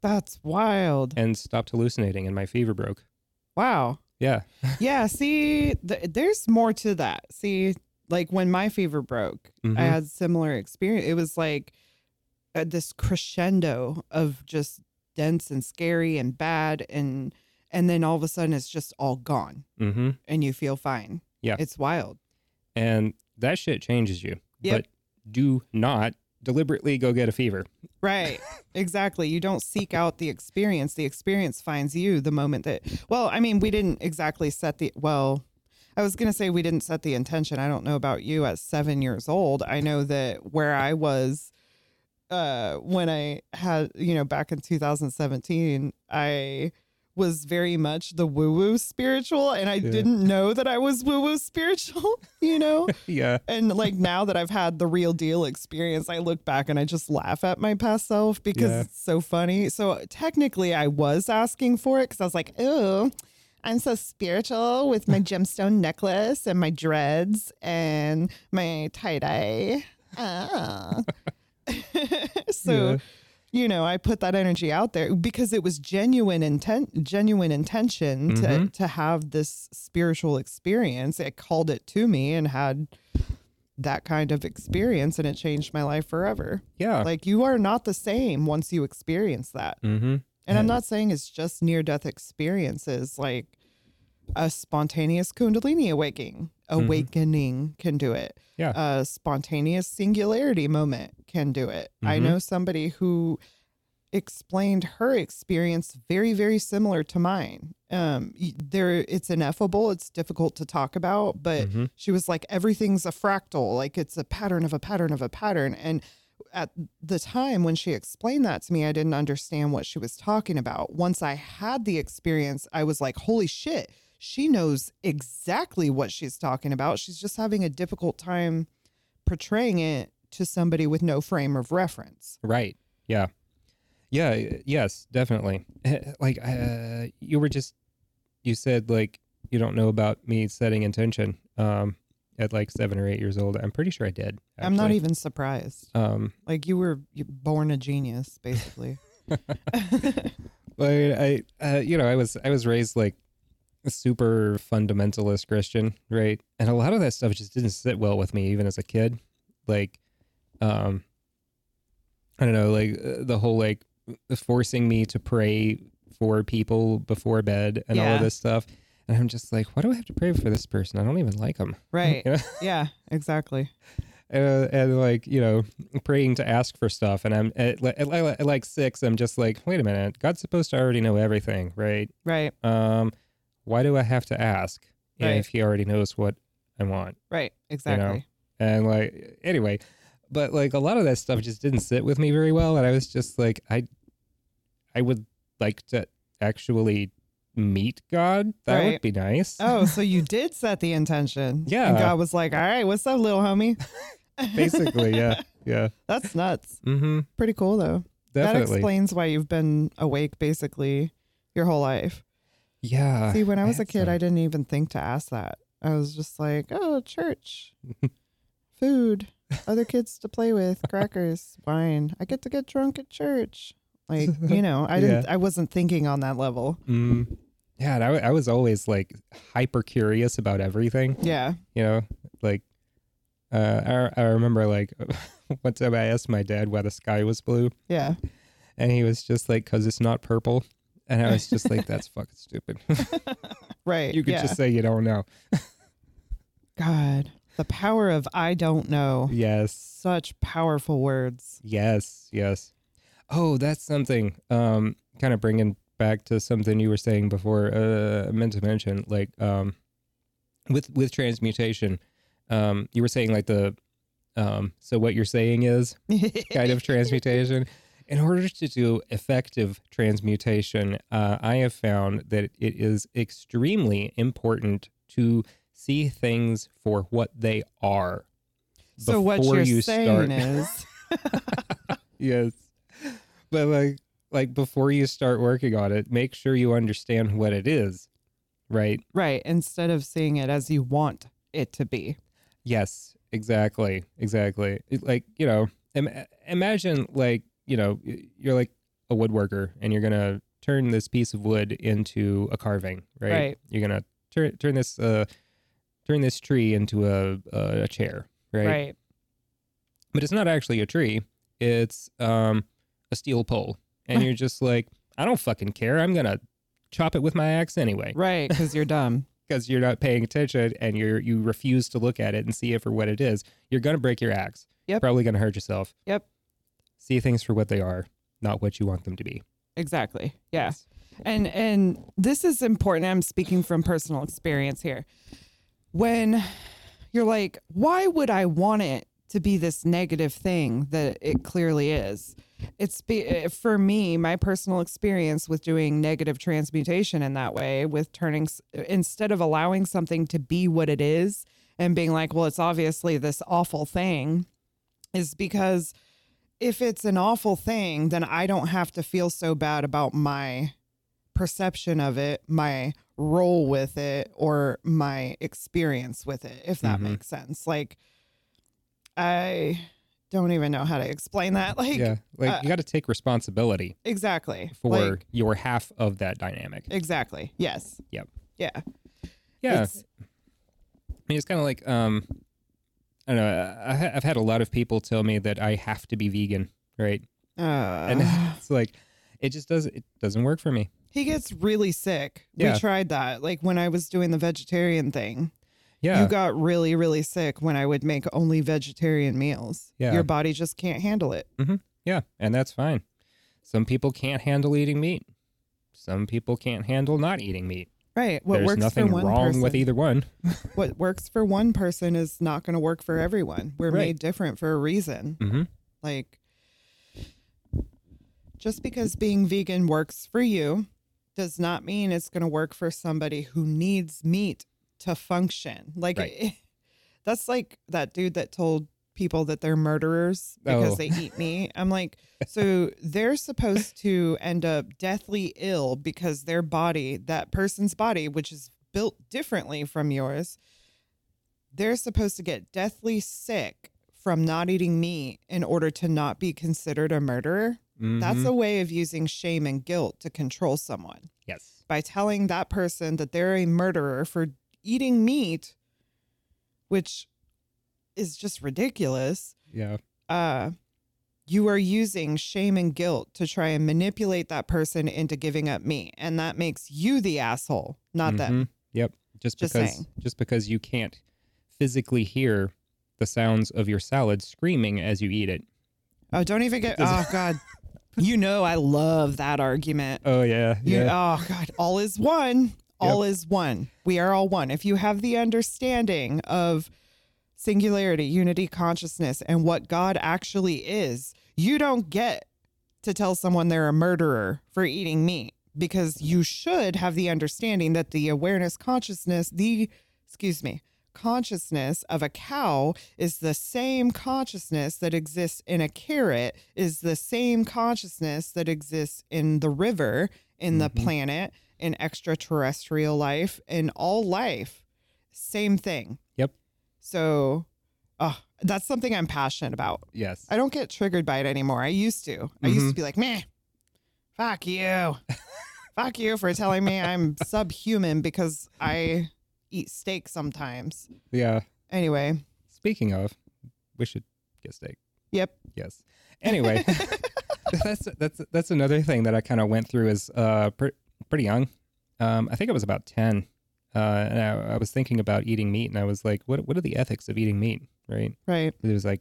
Speaker 2: That's wild.
Speaker 1: and stopped hallucinating, and my fever broke.
Speaker 2: Wow.
Speaker 1: Yeah,
Speaker 2: Yeah. See, th- there's more to that. See, like when my fever broke,
Speaker 1: Mhm.
Speaker 2: I had similar experience. It was like uh, this crescendo of just dense and scary and bad and and then all of a sudden it's just all gone
Speaker 1: mm-hmm.
Speaker 2: and you feel fine.
Speaker 1: Yeah.
Speaker 2: It's wild.
Speaker 1: and that shit changes you.
Speaker 2: Yep.
Speaker 1: But do not deliberately go get a fever.
Speaker 2: Right. exactly. You don't seek out the experience. The experience finds you the moment that, well, I mean, we didn't exactly set the, well, I was going to say we didn't set the intention. I don't know about you at seven years old. I know that where I was uh, when I had, you know, back in 2017, I was very much the woo woo spiritual and I
Speaker 1: Yeah.
Speaker 2: didn't know that I was woo woo spiritual, you know?
Speaker 1: yeah.
Speaker 2: And like now that I've had the real deal experience, I look back and I just laugh at my past self because
Speaker 1: Yeah.
Speaker 2: it's so funny. So technically, I was asking for it because I was like, "Ooh, I'm so spiritual with my gemstone necklace and my dreads and my tie dye." Ah. so
Speaker 1: Yeah.
Speaker 2: you know, I put that energy out there because it was genuine intent, genuine intention to
Speaker 1: Mhm.
Speaker 2: to have this spiritual experience. It called it to me and had that kind of experience, and it changed my life forever.
Speaker 1: Yeah.
Speaker 2: Like you are not the same once you experience that.
Speaker 1: mm-hmm.
Speaker 2: And I'm
Speaker 1: Yeah.
Speaker 2: not saying it's just near death experiences. Like a spontaneous Kundalini awakening, awakening can do it.
Speaker 1: Yeah.
Speaker 2: A spontaneous singularity moment can do it. I
Speaker 1: Mhm.
Speaker 2: know somebody who explained her experience very, very similar to mine. Um, y- there, it's ineffable. It's difficult to talk about, but
Speaker 1: Mm-hmm.
Speaker 2: she was like everything's a fractal like it's a pattern of a pattern of a pattern and at the time when she explained that to me i didn't understand what she was talking about once i had the experience i was like holy shit she knows exactly what she's talking about she's just having a difficult time portraying it to somebody with no frame of reference
Speaker 1: Right. Yeah. Yeah. y- Yes. Definitely. Eh, Like uh, you were just you said like you don't know about me setting intention um, at like seven or eight years old. I'm pretty sure I did.
Speaker 2: i'm not
Speaker 1: actually.
Speaker 2: even surprised
Speaker 1: Um,
Speaker 2: like you were you born a genius basically
Speaker 1: but I, uh, you know, I was I was raised like a super fundamentalist Christian, right? And a lot of that stuff just didn't sit well with me, even as a kid. Like, um, I don't know, like uh, the whole like forcing me to pray for people before bed and all
Speaker 2: Yeah.
Speaker 1: of this stuff. And I'm just like, why do I have to pray for this person? I don't even like them.
Speaker 2: right
Speaker 1: You know?
Speaker 2: yeah exactly
Speaker 1: and, uh, and like you know praying to ask for stuff and i'm at, li- at, li- at like six i'm just like wait a minute god's supposed to already know everything right
Speaker 2: right
Speaker 1: um why do i have to ask
Speaker 2: Right.
Speaker 1: if he already knows what i want
Speaker 2: right exactly
Speaker 1: and like anyway but like a lot of that stuff just didn't sit with me very well and i was just like i i would like to actually meet god that
Speaker 2: Right.
Speaker 1: would be nice
Speaker 2: Oh, so you did set the intention.
Speaker 1: Yeah.
Speaker 2: And God was like, all right, what's up, little homie?
Speaker 1: basically yeah yeah
Speaker 2: That's nuts.
Speaker 1: mm-hmm
Speaker 2: Pretty cool, though. That
Speaker 1: definitely
Speaker 2: explains why you've been awake basically your whole life.
Speaker 1: yeah
Speaker 2: See, when I
Speaker 1: I
Speaker 2: was a
Speaker 1: had
Speaker 2: kid,
Speaker 1: some.
Speaker 2: I didn't even think to ask that. I was just like, oh, church, food, other kids to play with, crackers, wine. I get to get drunk at church. Like, you know, I didn't, I wasn't thinking on that level.
Speaker 1: Mm. Yeah, and I, w- I was always like hyper curious about everything,
Speaker 2: Yeah.
Speaker 1: you know, like uh, I, re- I remember like one time I asked my dad why the sky was blue
Speaker 2: Yeah.
Speaker 1: and he was just like, cause it's not purple. And I was just like, that's fucking stupid.
Speaker 2: Right.
Speaker 1: you could
Speaker 2: yeah.
Speaker 1: just say you don't know.
Speaker 2: God, the power of I don't know.
Speaker 1: Yes.
Speaker 2: Such powerful words.
Speaker 1: Yes. Yes. Oh, that's something um, kind of bringing back to something you were saying before. Uh, I meant to mention like um, with with transmutation, um, you were saying like the um, so what you're saying is kind of transmutation. In order to do effective transmutation, uh, I have found that it is extremely important to see things for what they are.
Speaker 2: so what
Speaker 1: before
Speaker 2: you're
Speaker 1: you
Speaker 2: saying
Speaker 1: start-
Speaker 2: is
Speaker 1: Yes. but like like before you start working on it, make sure you understand what it is, right?
Speaker 2: Right. Instead of seeing it as you want it to be.
Speaker 1: Yes, exactly, exactly. It, like you know, Im- imagine like you know y- you're like a woodworker and you're gonna turn this piece of wood into a carving, right?
Speaker 2: Right.
Speaker 1: You're gonna turn turn this uh turn this tree into a a, a chair,
Speaker 2: Right.
Speaker 1: right? But it's not actually a tree; it's um a steel pole, and you're just like, I don't fucking care. I'm gonna chop it with my axe anyway
Speaker 2: Right. Because you're dumb.
Speaker 1: because you're not paying attention and you are you refuse to look at it and see it for what it is, you're gonna break your axe.
Speaker 2: Yep.
Speaker 1: Probably gonna hurt yourself.
Speaker 2: Yep.
Speaker 1: See things for what they are, not what you want them to be.
Speaker 2: Exactly. Yeah. And and this is important. I'm speaking from personal experience here. When you're like, why would I want it to be this negative thing that it clearly is? It's be, eh, for me, my personal experience with doing negative transmutation in that way, with turning s- instead of allowing something to be what it is and being like, well, it's obviously this awful thing, is because if it's an awful thing, then I don't have to feel so bad about my perception of it, my role with it, or my experience with it, if that
Speaker 1: Mhm.
Speaker 2: makes sense. Like, I don't even know how to explain that. Like,
Speaker 1: yeah. Like
Speaker 2: uh,
Speaker 1: you got to take responsibility
Speaker 2: exactly.
Speaker 1: for
Speaker 2: Like,
Speaker 1: your half of that dynamic.
Speaker 2: exactly. Yes.
Speaker 1: Yep.
Speaker 2: Yeah.
Speaker 1: yeah.
Speaker 2: It's-
Speaker 1: I mean, it's kind of like um, I don't know. I, I- I've had a lot of people tell me that I have to be vegan, right?
Speaker 2: uh,
Speaker 1: And it's like, it just does it doesn't work for me.
Speaker 2: he gets really sick.
Speaker 1: Yeah.
Speaker 2: We tried that. Like when I was doing the vegetarian thing,
Speaker 1: Yeah.
Speaker 2: you got really, really sick when I would make only vegetarian meals.
Speaker 1: Yeah.
Speaker 2: Your body just can't handle it.
Speaker 1: Yeah, and that's fine. Some people can't handle eating meat. Some people can't handle not eating meat.
Speaker 2: Right. What
Speaker 1: There's
Speaker 2: works
Speaker 1: nothing
Speaker 2: for one
Speaker 1: wrong
Speaker 2: person,
Speaker 1: with either one.
Speaker 2: what works for one person is not going to work for everyone. We're
Speaker 1: Right.
Speaker 2: made different for a reason.
Speaker 1: hmm
Speaker 2: Like just because being vegan works for you does not mean it's going to work for somebody who needs meat to function. Like eh,
Speaker 1: Right.
Speaker 2: that's like that dude that told people that they're murderers because
Speaker 1: Oh.
Speaker 2: they eat meat. I'm like, so they're supposed to end up deathly ill because their body, that person's body, which is built differently from yours, they're supposed to get deathly sick from not eating meat in order to not be considered a murderer. That's
Speaker 1: Mm-hmm.
Speaker 2: a way of using shame and guilt to control someone
Speaker 1: yes.
Speaker 2: by telling that person that they're a murderer for eating meat, which is just ridiculous.
Speaker 1: Yeah.
Speaker 2: Uh, you are using shame and guilt to try and manipulate that person into giving up meat, and that makes you the asshole, not them.
Speaker 1: Mhm. Yep. Just,
Speaker 2: Just
Speaker 1: because
Speaker 2: saying.
Speaker 1: just because you can't physically hear the sounds of your salad screaming as you eat it.
Speaker 2: Oh, don't even get.
Speaker 1: Does-
Speaker 2: Oh God, you know I love that argument.
Speaker 1: Oh yeah.
Speaker 2: You, Oh God, all is one. All is one. We are all one. If you have the understanding of singularity, unity, consciousness, and what God actually is, you don't get to tell someone they're a murderer for eating meat because you should have the understanding that the awareness, consciousness, the, excuse me, consciousness of a cow is the same consciousness that exists in a carrot, is the same consciousness that exists in the river, in the
Speaker 1: Mhm.
Speaker 2: planet, in extraterrestrial life, in all life. Same thing.
Speaker 1: Yep.
Speaker 2: So, oh, that's something I'm passionate about.
Speaker 1: Yes.
Speaker 2: I don't get triggered by it anymore. I used to. I used to be like, meh, fuck you. fuck you for telling me I'm subhuman because I eat steak sometimes.
Speaker 1: yeah.
Speaker 2: Anyway.
Speaker 1: Speaking of, we should get steak.
Speaker 2: Yep.
Speaker 1: Yes. Anyway, that's that's that's another thing that I kind of went through as uh pre- pretty young. Um, I think I was about ten, uh, and I, I was thinking about eating meat, and I was like, what what are the ethics of eating meat, right?
Speaker 2: Right.
Speaker 1: It was like,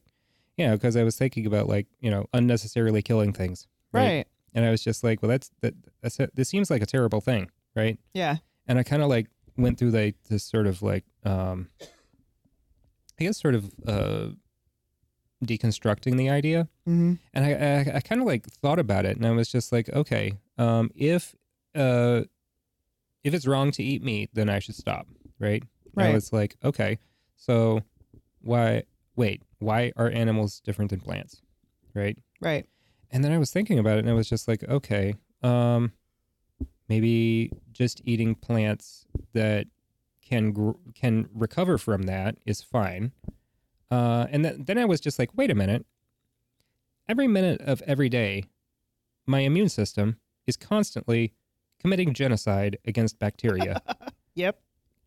Speaker 1: you know, because I was thinking about like you know unnecessarily killing things,
Speaker 2: Right.
Speaker 1: And I was just like, well, that's that that's this seems like a terrible thing, right?
Speaker 2: Yeah.
Speaker 1: and I kind of like went through like this sort of like um I guess sort of uh deconstructing the idea
Speaker 2: Mm-hmm.
Speaker 1: and I I, I kind of like thought about it and I was just like okay um if uh if it's wrong to eat meat then I should stop right
Speaker 2: Right.
Speaker 1: now it's like okay so why wait why are animals different than plants right
Speaker 2: Right.
Speaker 1: And then I was thinking about it and I was just like, okay, um, maybe just eating plants that can gr- can recover from that is fine. Uh, and th- then I was just like, wait a minute. Every minute of every day, my immune system is constantly committing genocide against bacteria.
Speaker 2: Yep.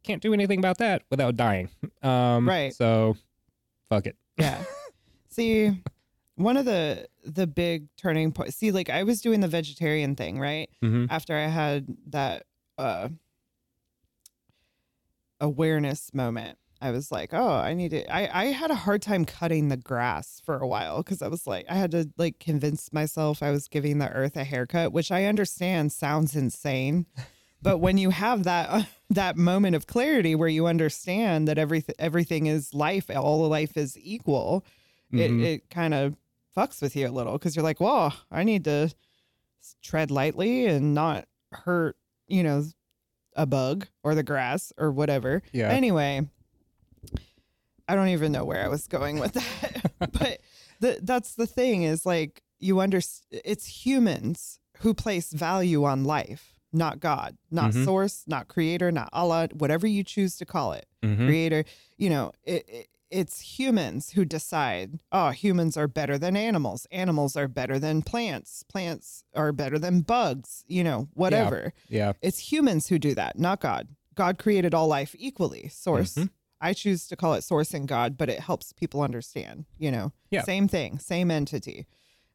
Speaker 1: Can't do anything about that without dying. Um,
Speaker 2: Right.
Speaker 1: So, fuck it.
Speaker 2: Yeah. see, one of the the big turning point. See, like I was doing the vegetarian thing, right?
Speaker 1: Mm-hmm.
Speaker 2: After I had that uh awareness moment. I was like, oh, I need to. I, I had a hard time cutting the grass for a while because I was like, I had to like convince myself I was giving the earth a haircut, which I understand sounds insane. But when you have that uh, that moment of clarity where you understand that everything everything is life, all of life is equal,
Speaker 1: Mhm.
Speaker 2: it, it kind of fucks with you a little because you're like, whoa, I need to s- tread lightly and not hurt, you know, a bug or the grass or whatever.
Speaker 1: yeah.
Speaker 2: Anyway, I don't even know where I was going with that, but the, that's the thing is like you under it's humans who place value on life, not God, not
Speaker 1: Mhm.
Speaker 2: source, not creator, not Allah, whatever you choose to call it
Speaker 1: Mhm.
Speaker 2: creator you know it, it, it's humans who decide oh humans are better than animals animals are better than plants plants are better than bugs you know whatever
Speaker 1: Yeah.
Speaker 2: it's humans who do that not god god created all life equally source
Speaker 1: Mhm.
Speaker 2: i choose to call it source and god but it helps people understand you know
Speaker 1: Yeah.
Speaker 2: same thing same entity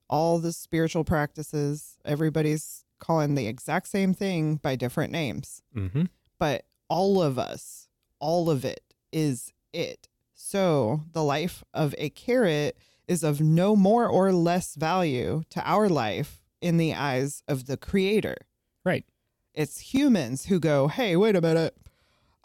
Speaker 2: all the spiritual practices everybody's calling the exact same thing by different names
Speaker 1: Mm-hmm.
Speaker 2: but all of us, all of it is it. So the life of a carrot is of no more or less value to our life in the eyes of the creator.
Speaker 1: Right.
Speaker 2: It's humans who go, hey, wait a minute.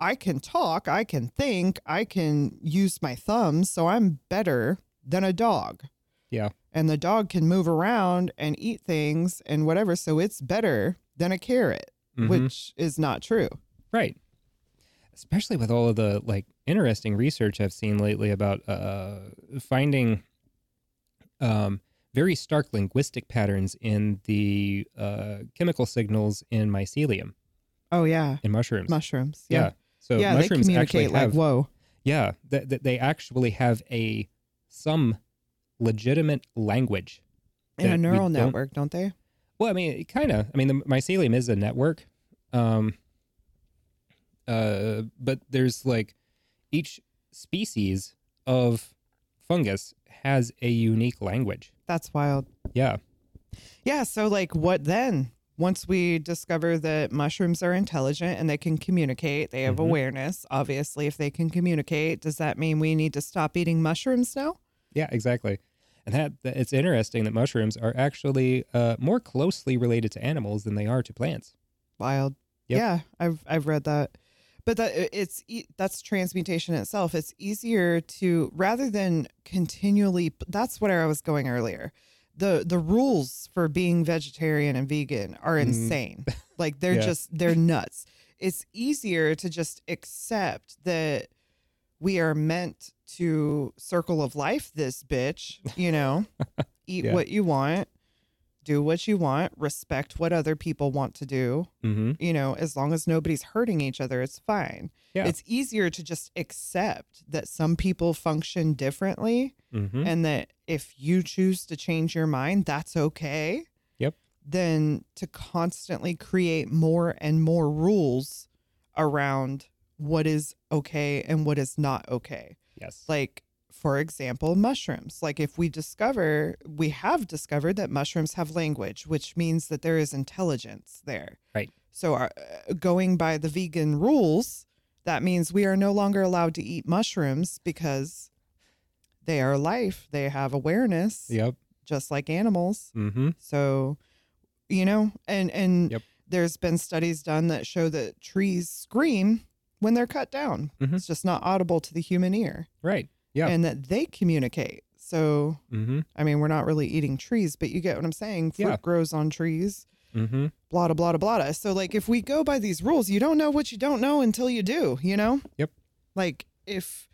Speaker 2: I can talk, I can think, I can use my thumbs, so I'm better than a dog.
Speaker 1: Yeah.
Speaker 2: And the dog can move around and eat things and whatever, so it's better than a carrot,
Speaker 1: Mhm.
Speaker 2: which is not true.
Speaker 1: Right. Especially with all of the like interesting research I've seen lately about uh, finding um, very stark linguistic patterns in the uh, chemical signals in mycelium
Speaker 2: Oh yeah,
Speaker 1: in mushrooms.
Speaker 2: mushrooms.
Speaker 1: yeah.
Speaker 2: Yeah,
Speaker 1: So
Speaker 2: yeah. they
Speaker 1: mushrooms actually
Speaker 2: communicate
Speaker 1: have
Speaker 2: like whoa.
Speaker 1: yeah that th- they actually have a some legitimate language.
Speaker 2: In
Speaker 1: that
Speaker 2: a
Speaker 1: we
Speaker 2: neural
Speaker 1: don't-
Speaker 2: network, don't they?
Speaker 1: Well, I mean, kind of. I mean, the mycelium is a network, um, uh, but there's like each species of fungus has a unique language.
Speaker 2: That's wild.
Speaker 1: Yeah,
Speaker 2: Yeah. So like, what then? Once we discover that mushrooms are intelligent and they can communicate, they have
Speaker 1: Mhm.
Speaker 2: awareness. Obviously, if they can communicate, does that mean we need to stop eating mushrooms now?
Speaker 1: yeah, exactly. And that, that it's interesting that mushrooms are actually uh, more closely related to animals than they are to plants.
Speaker 2: Wild.
Speaker 1: Yep.
Speaker 2: Yeah, I've I've read that. But that i- it's e- that's transmutation itself. It's easier to rather than continually that's where I was going earlier. The the rules for being vegetarian and vegan are
Speaker 1: Mm.
Speaker 2: insane. Like they're
Speaker 1: Yeah.
Speaker 2: just they're nuts. It's easier to just accept that we are meant to circle of life this bitch, you know. Eat
Speaker 1: Yeah.
Speaker 2: what you want, do what you want, respect what other people want to do
Speaker 1: Mm-hmm.
Speaker 2: you know, as long as nobody's hurting each other, it's fine.
Speaker 1: Yeah.
Speaker 2: It's easier to just accept that some people function differently
Speaker 1: Mm-hmm.
Speaker 2: and that if you choose to change your mind, that's okay.
Speaker 1: Yep.
Speaker 2: Than to constantly create more and more rules around what is okay and what is not okay
Speaker 1: Yes.
Speaker 2: like for example mushrooms like if we discover we have discovered that mushrooms have language which means that there is intelligence there
Speaker 1: Right.
Speaker 2: so our, uh, going by the vegan rules that means we are no longer allowed to eat mushrooms because they are life they have awareness
Speaker 1: yep.
Speaker 2: just like animals
Speaker 1: Mm-hmm.
Speaker 2: so, you know, and and
Speaker 1: Yep.
Speaker 2: there's been studies done that show that trees scream when they're cut down.
Speaker 1: Mhm.
Speaker 2: It's just not audible to the human ear,
Speaker 1: Right. Yeah.
Speaker 2: and that they communicate. So,
Speaker 1: Mm-hmm.
Speaker 2: I mean, we're not really eating trees, but you get what I'm saying. Fruit
Speaker 1: Yeah.
Speaker 2: grows on trees.
Speaker 1: Mm-hmm.
Speaker 2: Blah da blah da blah da. So, like, if we go by these rules, you don't know what you don't know until you do. You know.
Speaker 1: Yep.
Speaker 2: Like if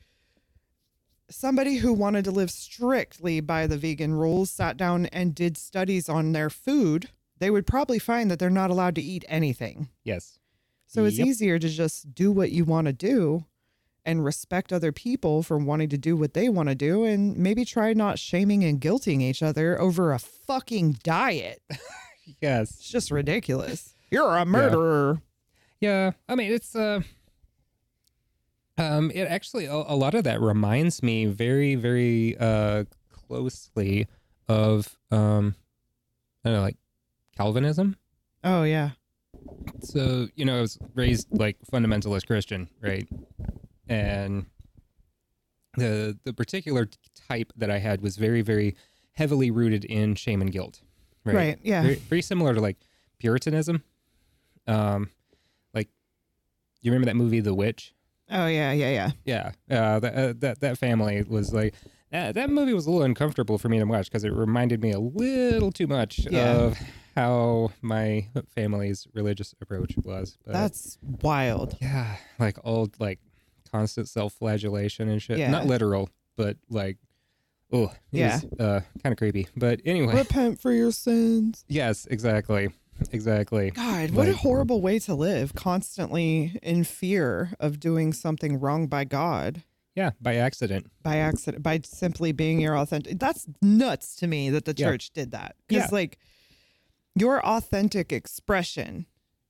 Speaker 2: somebody who wanted to live strictly by the vegan rules sat down and did studies on their food, they would probably find that they're not allowed to eat anything.
Speaker 1: Yes.
Speaker 2: So it's
Speaker 1: Yep.
Speaker 2: easier to just do what you want to do and respect other people for wanting to do what they want to do and maybe try not shaming and guilting each other over a fucking diet.
Speaker 1: Yes.
Speaker 2: It's just ridiculous. You're a murderer.
Speaker 1: Yeah. I mean, it's uh, um, it actually a, a lot of that reminds me very, very uh closely of um, I don't know, like Calvinism.
Speaker 2: Oh yeah.
Speaker 1: So you know, I was raised like fundamentalist Christian, right? And the the particular type that I had was very, very heavily rooted in shame and guilt,
Speaker 2: Right. Yeah.
Speaker 1: very, very similar to like Puritanism. Um, like you remember that movie The Witch?
Speaker 2: oh yeah, yeah, yeah.
Speaker 1: Yeah, uh, that uh, that that family was like that. That movie was a little uncomfortable for me to watch because it reminded me a little too much
Speaker 2: Yeah.
Speaker 1: of how my family's religious approach was. But
Speaker 2: That's wild.
Speaker 1: yeah, like all like constant self-flagellation and shit.
Speaker 2: Yeah.
Speaker 1: Not literal, but like. Oh,
Speaker 2: Yeah.
Speaker 1: uh, kind of creepy. But anyway,
Speaker 2: Repent for your sins.
Speaker 1: yes, exactly, exactly.
Speaker 2: God, what a
Speaker 1: Like-
Speaker 2: horrible way to live, constantly in fear of doing something wrong by God.
Speaker 1: Yeah, by accident.
Speaker 2: by accident by simply being your authentic that's nuts to me that the
Speaker 1: Yeah.
Speaker 2: church did that because
Speaker 1: Yeah.
Speaker 2: like your authentic expression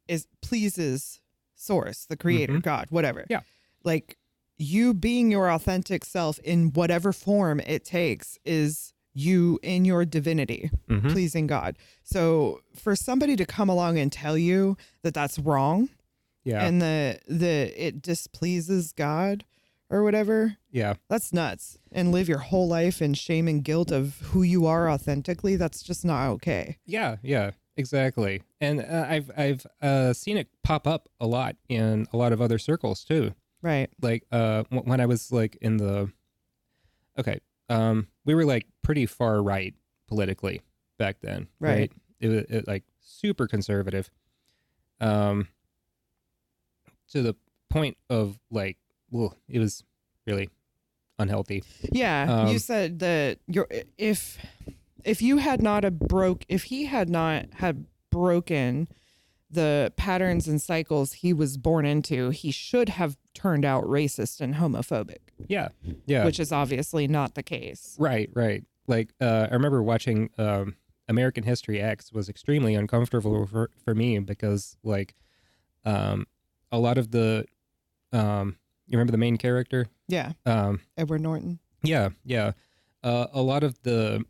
Speaker 2: is pleases source the creator
Speaker 1: Mhm.
Speaker 2: god whatever
Speaker 1: Yeah.
Speaker 2: like you being your authentic self in whatever form it takes is you in your divinity
Speaker 1: Mhm.
Speaker 2: pleasing god so for somebody to come along and tell you that that's wrong
Speaker 1: Yeah,
Speaker 2: and the the it displeases god or whatever
Speaker 1: yeah,
Speaker 2: that's nuts. And live your whole life in shame and guilt of who you are authentically. That's just not okay.
Speaker 1: yeah, yeah. Exactly. And uh, I've I've uh, seen it pop up a lot in a lot of other circles too.
Speaker 2: Right.
Speaker 1: Like uh, w- when I was like in the okay, um, we were like pretty far right politically back then,
Speaker 2: Right.
Speaker 1: It was it, like super conservative, um, to the point of like, well, it was really unhealthy.
Speaker 2: Yeah. you
Speaker 1: Um,
Speaker 2: said that your if if you had not a broke if he had not had broken the patterns and cycles he was born into, he should have turned out racist and homophobic,
Speaker 1: Yeah, yeah.
Speaker 2: which is obviously not the case.
Speaker 1: Right, right. Like uh, I remember watching um, American History X was extremely uncomfortable for, for me because like um, a lot of the um, you remember the main character
Speaker 2: Yeah.
Speaker 1: um,
Speaker 2: Edward Norton.
Speaker 1: yeah yeah uh, a lot of the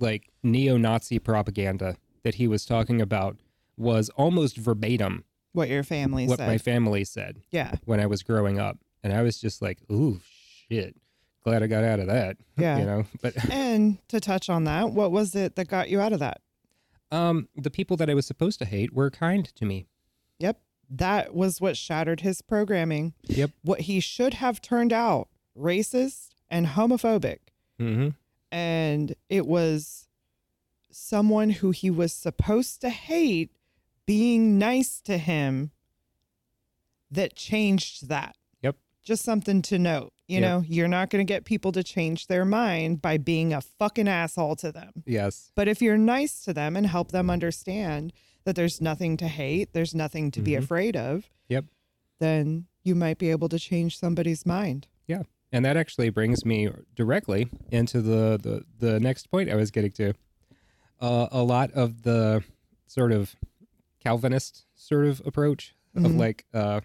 Speaker 1: like neo-Nazi propaganda that he was talking about was almost verbatim
Speaker 2: What your family
Speaker 1: what
Speaker 2: said.
Speaker 1: my family said
Speaker 2: yeah.
Speaker 1: when I was growing up, and I was just like, ooh shit, glad I got out of that.
Speaker 2: Yeah.
Speaker 1: you know, but.
Speaker 2: And to touch on that, what was it that got you out of that?
Speaker 1: um, the people that I was supposed to hate were kind to me.
Speaker 2: Yep. That was what shattered his programming.
Speaker 1: Yep.
Speaker 2: What he should have turned out racist and homophobic.
Speaker 1: Mm-hmm.
Speaker 2: And it was someone who he was supposed to hate being nice to him that changed that.
Speaker 1: Yep.
Speaker 2: Just something to note. You
Speaker 1: Yep.
Speaker 2: know, you're not going to get people to change their mind by being a fucking asshole to them.
Speaker 1: Yes.
Speaker 2: But if you're nice to them and help them understand that there's nothing to hate, there's nothing to be
Speaker 1: Mhm.
Speaker 2: afraid of.
Speaker 1: Yep.
Speaker 2: Then you might be able to change somebody's mind.
Speaker 1: And that actually brings me directly into the the, the next point I was getting to. Uh, a lot of the sort of Calvinist sort of approach of
Speaker 2: Mhm.
Speaker 1: like, uh,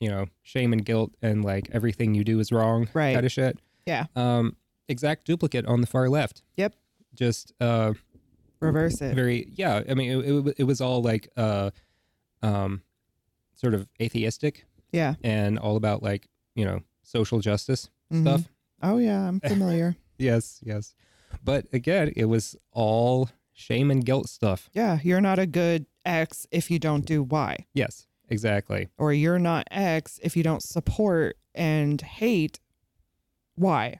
Speaker 1: you know, shame and guilt and like everything you do is wrong,
Speaker 2: Right.
Speaker 1: Kind of shit.
Speaker 2: Yeah.
Speaker 1: Um, exact duplicate on the far left.
Speaker 2: Yep.
Speaker 1: Just uh,
Speaker 2: Reverse it.
Speaker 1: very yeah i mean it, it, w- it was all like uh um sort of atheistic
Speaker 2: Yeah.
Speaker 1: and all about like you know social justice
Speaker 2: Mhm.
Speaker 1: stuff
Speaker 2: Oh yeah, I'm familiar.
Speaker 1: Mm-hmm. yes yes but again it was all shame and guilt stuff
Speaker 2: yeah, you're not a good X if you don't do Y,
Speaker 1: yes exactly
Speaker 2: or you're not X if you don't support and hate Y.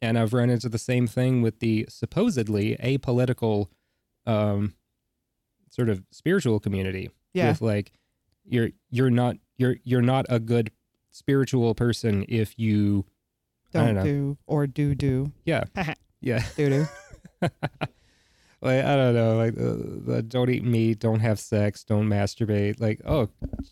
Speaker 1: and i've run into the same thing with the supposedly apolitical um sort of spiritual community
Speaker 2: Yeah.
Speaker 1: with like you're you're not you're you're not a good spiritual person if you I don't
Speaker 2: don't
Speaker 1: know.
Speaker 2: do or do do
Speaker 1: Yeah. yeah.
Speaker 2: do do.
Speaker 1: Like I don't know, like uh, the don't eat meat, don't have sex, don't masturbate. Like oh,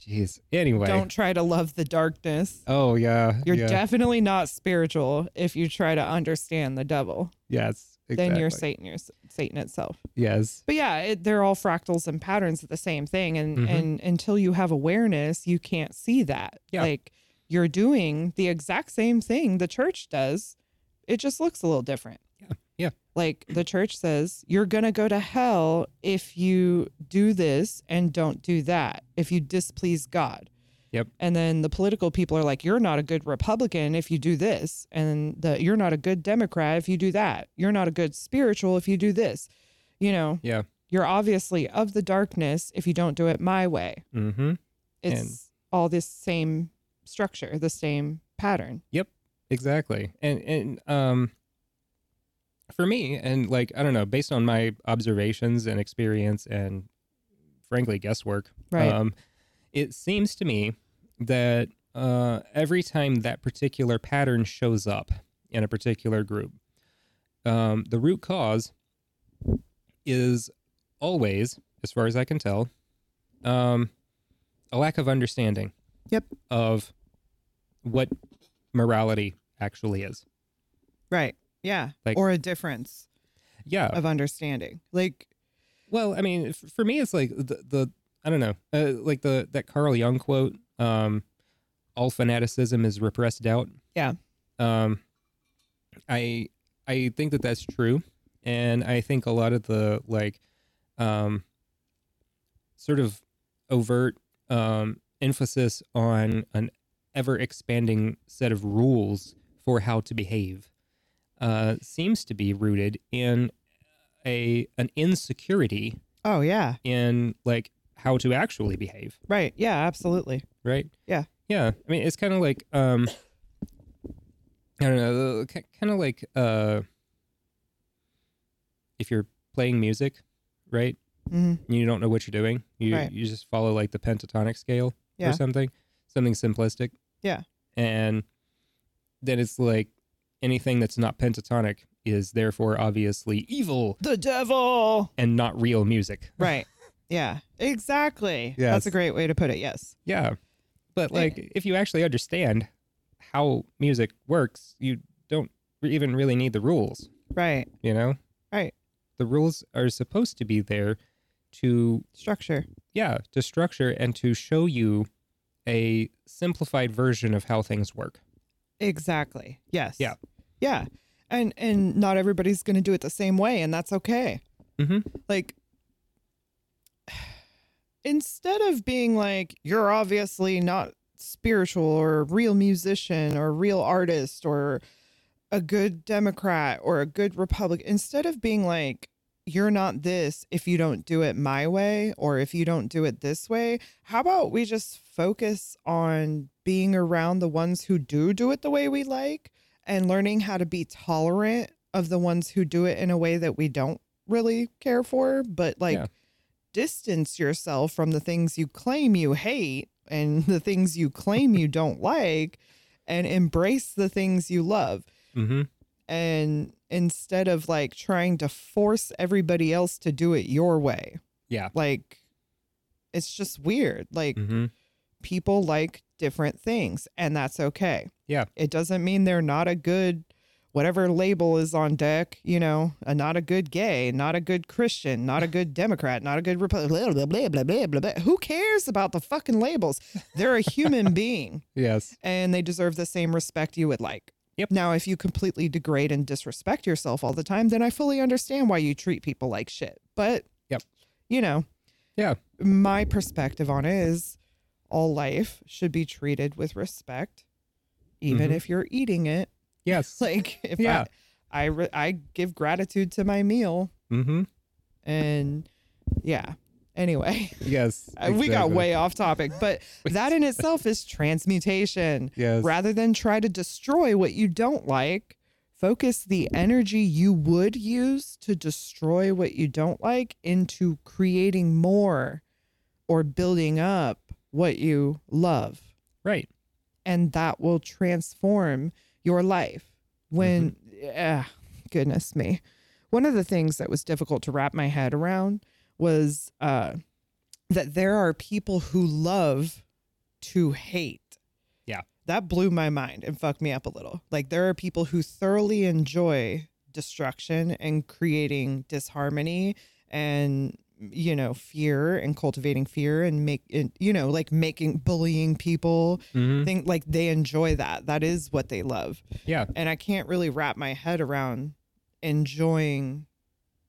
Speaker 1: jeez. Anyway.
Speaker 2: Don't try to love the darkness.
Speaker 1: Oh yeah.
Speaker 2: You're
Speaker 1: yeah.
Speaker 2: definitely not spiritual if you try to understand the devil.
Speaker 1: Yes.
Speaker 2: Then you're
Speaker 1: exactly.
Speaker 2: Satan, you're s- Satan itself.
Speaker 1: Yes.
Speaker 2: But yeah, it, they're all fractals and patterns of the same thing, and
Speaker 1: Mhm.
Speaker 2: and until you have awareness, you can't see that.
Speaker 1: Yeah.
Speaker 2: Like you're doing the exact same thing the church does. It just looks a little different.
Speaker 1: Yeah. Yeah.
Speaker 2: Like the church says, you're going to go to hell if you do this and don't do that, if you displease God.
Speaker 1: Yep.
Speaker 2: And then the political people are like, you're not a good Republican if you do this. And the, you're not a good Democrat if you do that. You're not a good spiritual if you do this. You know,
Speaker 1: Yeah.
Speaker 2: you're obviously of the darkness if you don't do it my way.
Speaker 1: Mm-hmm.
Speaker 2: It's
Speaker 1: And-
Speaker 2: all this same structure, the same pattern.
Speaker 1: exactly and and um for me and like i don't know based on my observations and experience and frankly guesswork
Speaker 2: Right.
Speaker 1: um it seems to me that uh every time that particular pattern shows up in a particular group um the root cause is always as far as i can tell um a lack of understanding
Speaker 2: Yep.
Speaker 1: of what morality actually is.
Speaker 2: right. Yeah.
Speaker 1: Like- uh,
Speaker 2: or a difference
Speaker 1: Yeah.
Speaker 2: of understanding. Like,
Speaker 1: Well, I mean, f- for me, it's like the, the I don't know, uh, like the that Carl Jung quote, um, "All fanaticism is repressed doubt."
Speaker 2: Yeah.
Speaker 1: Um, I I think that that's true, and I think a lot of the like, um, sort of overt um emphasis on an ever expanding set of rules for how to behave uh seems to be rooted in a an insecurity
Speaker 2: oh, yeah.
Speaker 1: in like how to actually behave,
Speaker 2: Right. Yeah. Absolutely.
Speaker 1: right?
Speaker 2: Yeah.
Speaker 1: Yeah. I mean, it's kind of like um I don't know, kind of like uh if you're playing music, right?
Speaker 2: Mhm.
Speaker 1: And you don't know what you're doing. You
Speaker 2: Right.
Speaker 1: you just follow like the pentatonic scale
Speaker 2: Yeah.
Speaker 1: or something, something simplistic.
Speaker 2: Yeah.
Speaker 1: And then it's like anything that's not pentatonic is therefore obviously evil
Speaker 2: The devil.
Speaker 1: and not real music.
Speaker 2: Right. Yeah. Exactly.
Speaker 1: Yes.
Speaker 2: That's a great way to put it. Yes.
Speaker 1: Yeah. But
Speaker 2: Yeah.
Speaker 1: like if you actually understand how music works, you don't re- even really need the rules,
Speaker 2: Right.
Speaker 1: you know?
Speaker 2: Right.
Speaker 1: The rules are supposed to be there to
Speaker 2: Structure.
Speaker 1: yeah, to structure and to show you a simplified version of how things work.
Speaker 2: Exactly. Yes.
Speaker 1: Yeah.
Speaker 2: Yeah. And and not everybody's going to do it the same way and that's okay.
Speaker 1: Mhm.
Speaker 2: Like instead of being like you're obviously not spiritual or a real musician or a real artist or a good democrat or a good republican instead of being like you're not this if you don't do it my way or if you don't do it this way how about we just focus on being around the ones who do do it the way we like and learning how to be tolerant of the ones who do it in a way that we don't really care for but like
Speaker 1: Yeah.
Speaker 2: distance yourself from the things you claim you hate and the things you claim you don't like and embrace the things you love
Speaker 1: Mhm.
Speaker 2: and instead of like trying to force everybody else to do it your way
Speaker 1: Yeah.
Speaker 2: like it's just weird like
Speaker 1: Mhm.
Speaker 2: people like different things and that's okay.
Speaker 1: Yeah.
Speaker 2: It doesn't mean they're not a good whatever label is on deck, you know, a not a good gay, not a good Christian, not a good Democrat, not a good Republican, blah, blah, blah, blah, blah, blah, blah. Who cares about the fucking labels? They're a human being
Speaker 1: Yes.
Speaker 2: and they deserve the same respect you would like.
Speaker 1: Yep.
Speaker 2: Now, if you completely degrade and disrespect yourself all the time, then I fully understand why you treat people like shit. But,
Speaker 1: Yep.
Speaker 2: you know,
Speaker 1: Yeah.
Speaker 2: my perspective on it is all life should be treated with respect, even
Speaker 1: Mhm.
Speaker 2: if you're eating it.
Speaker 1: Yes.
Speaker 2: Like, if
Speaker 1: Yeah.
Speaker 2: I, I, re- I give gratitude to my meal.
Speaker 1: mhm.
Speaker 2: And yeah. Anyway,
Speaker 1: Yes.
Speaker 2: uh, we got
Speaker 1: exactly.
Speaker 2: way off topic, but that in itself is transmutation.
Speaker 1: Yes.
Speaker 2: Rather than try to destroy what you don't like, focus the energy you would use to destroy what you don't like into creating more or building up what you love.
Speaker 1: right.
Speaker 2: And that will transform your life. when ah, goodness me one of the things that was difficult to wrap my head around was uh, that there are people who love to hate
Speaker 1: Yeah.
Speaker 2: that blew my mind and fucked me up a little like there are people who thoroughly enjoy destruction and creating disharmony and you know fear and cultivating fear and make and, you know like making bullying people
Speaker 1: Mhm.
Speaker 2: think like they enjoy that that is what they love
Speaker 1: Yeah.
Speaker 2: and i can't really wrap my head around enjoying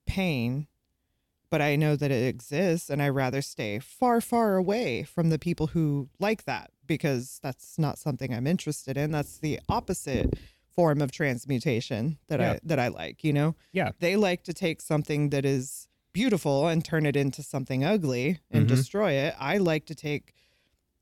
Speaker 2: pain but i know that it exists and i rather stay far far away from the people who like that because that's not something i'm interested in that's the opposite form of transmutation that
Speaker 1: Yeah.
Speaker 2: i that i like you know
Speaker 1: Yeah.
Speaker 2: they like to take something that is beautiful and turn it into something ugly and
Speaker 1: Mhm.
Speaker 2: destroy it i like to take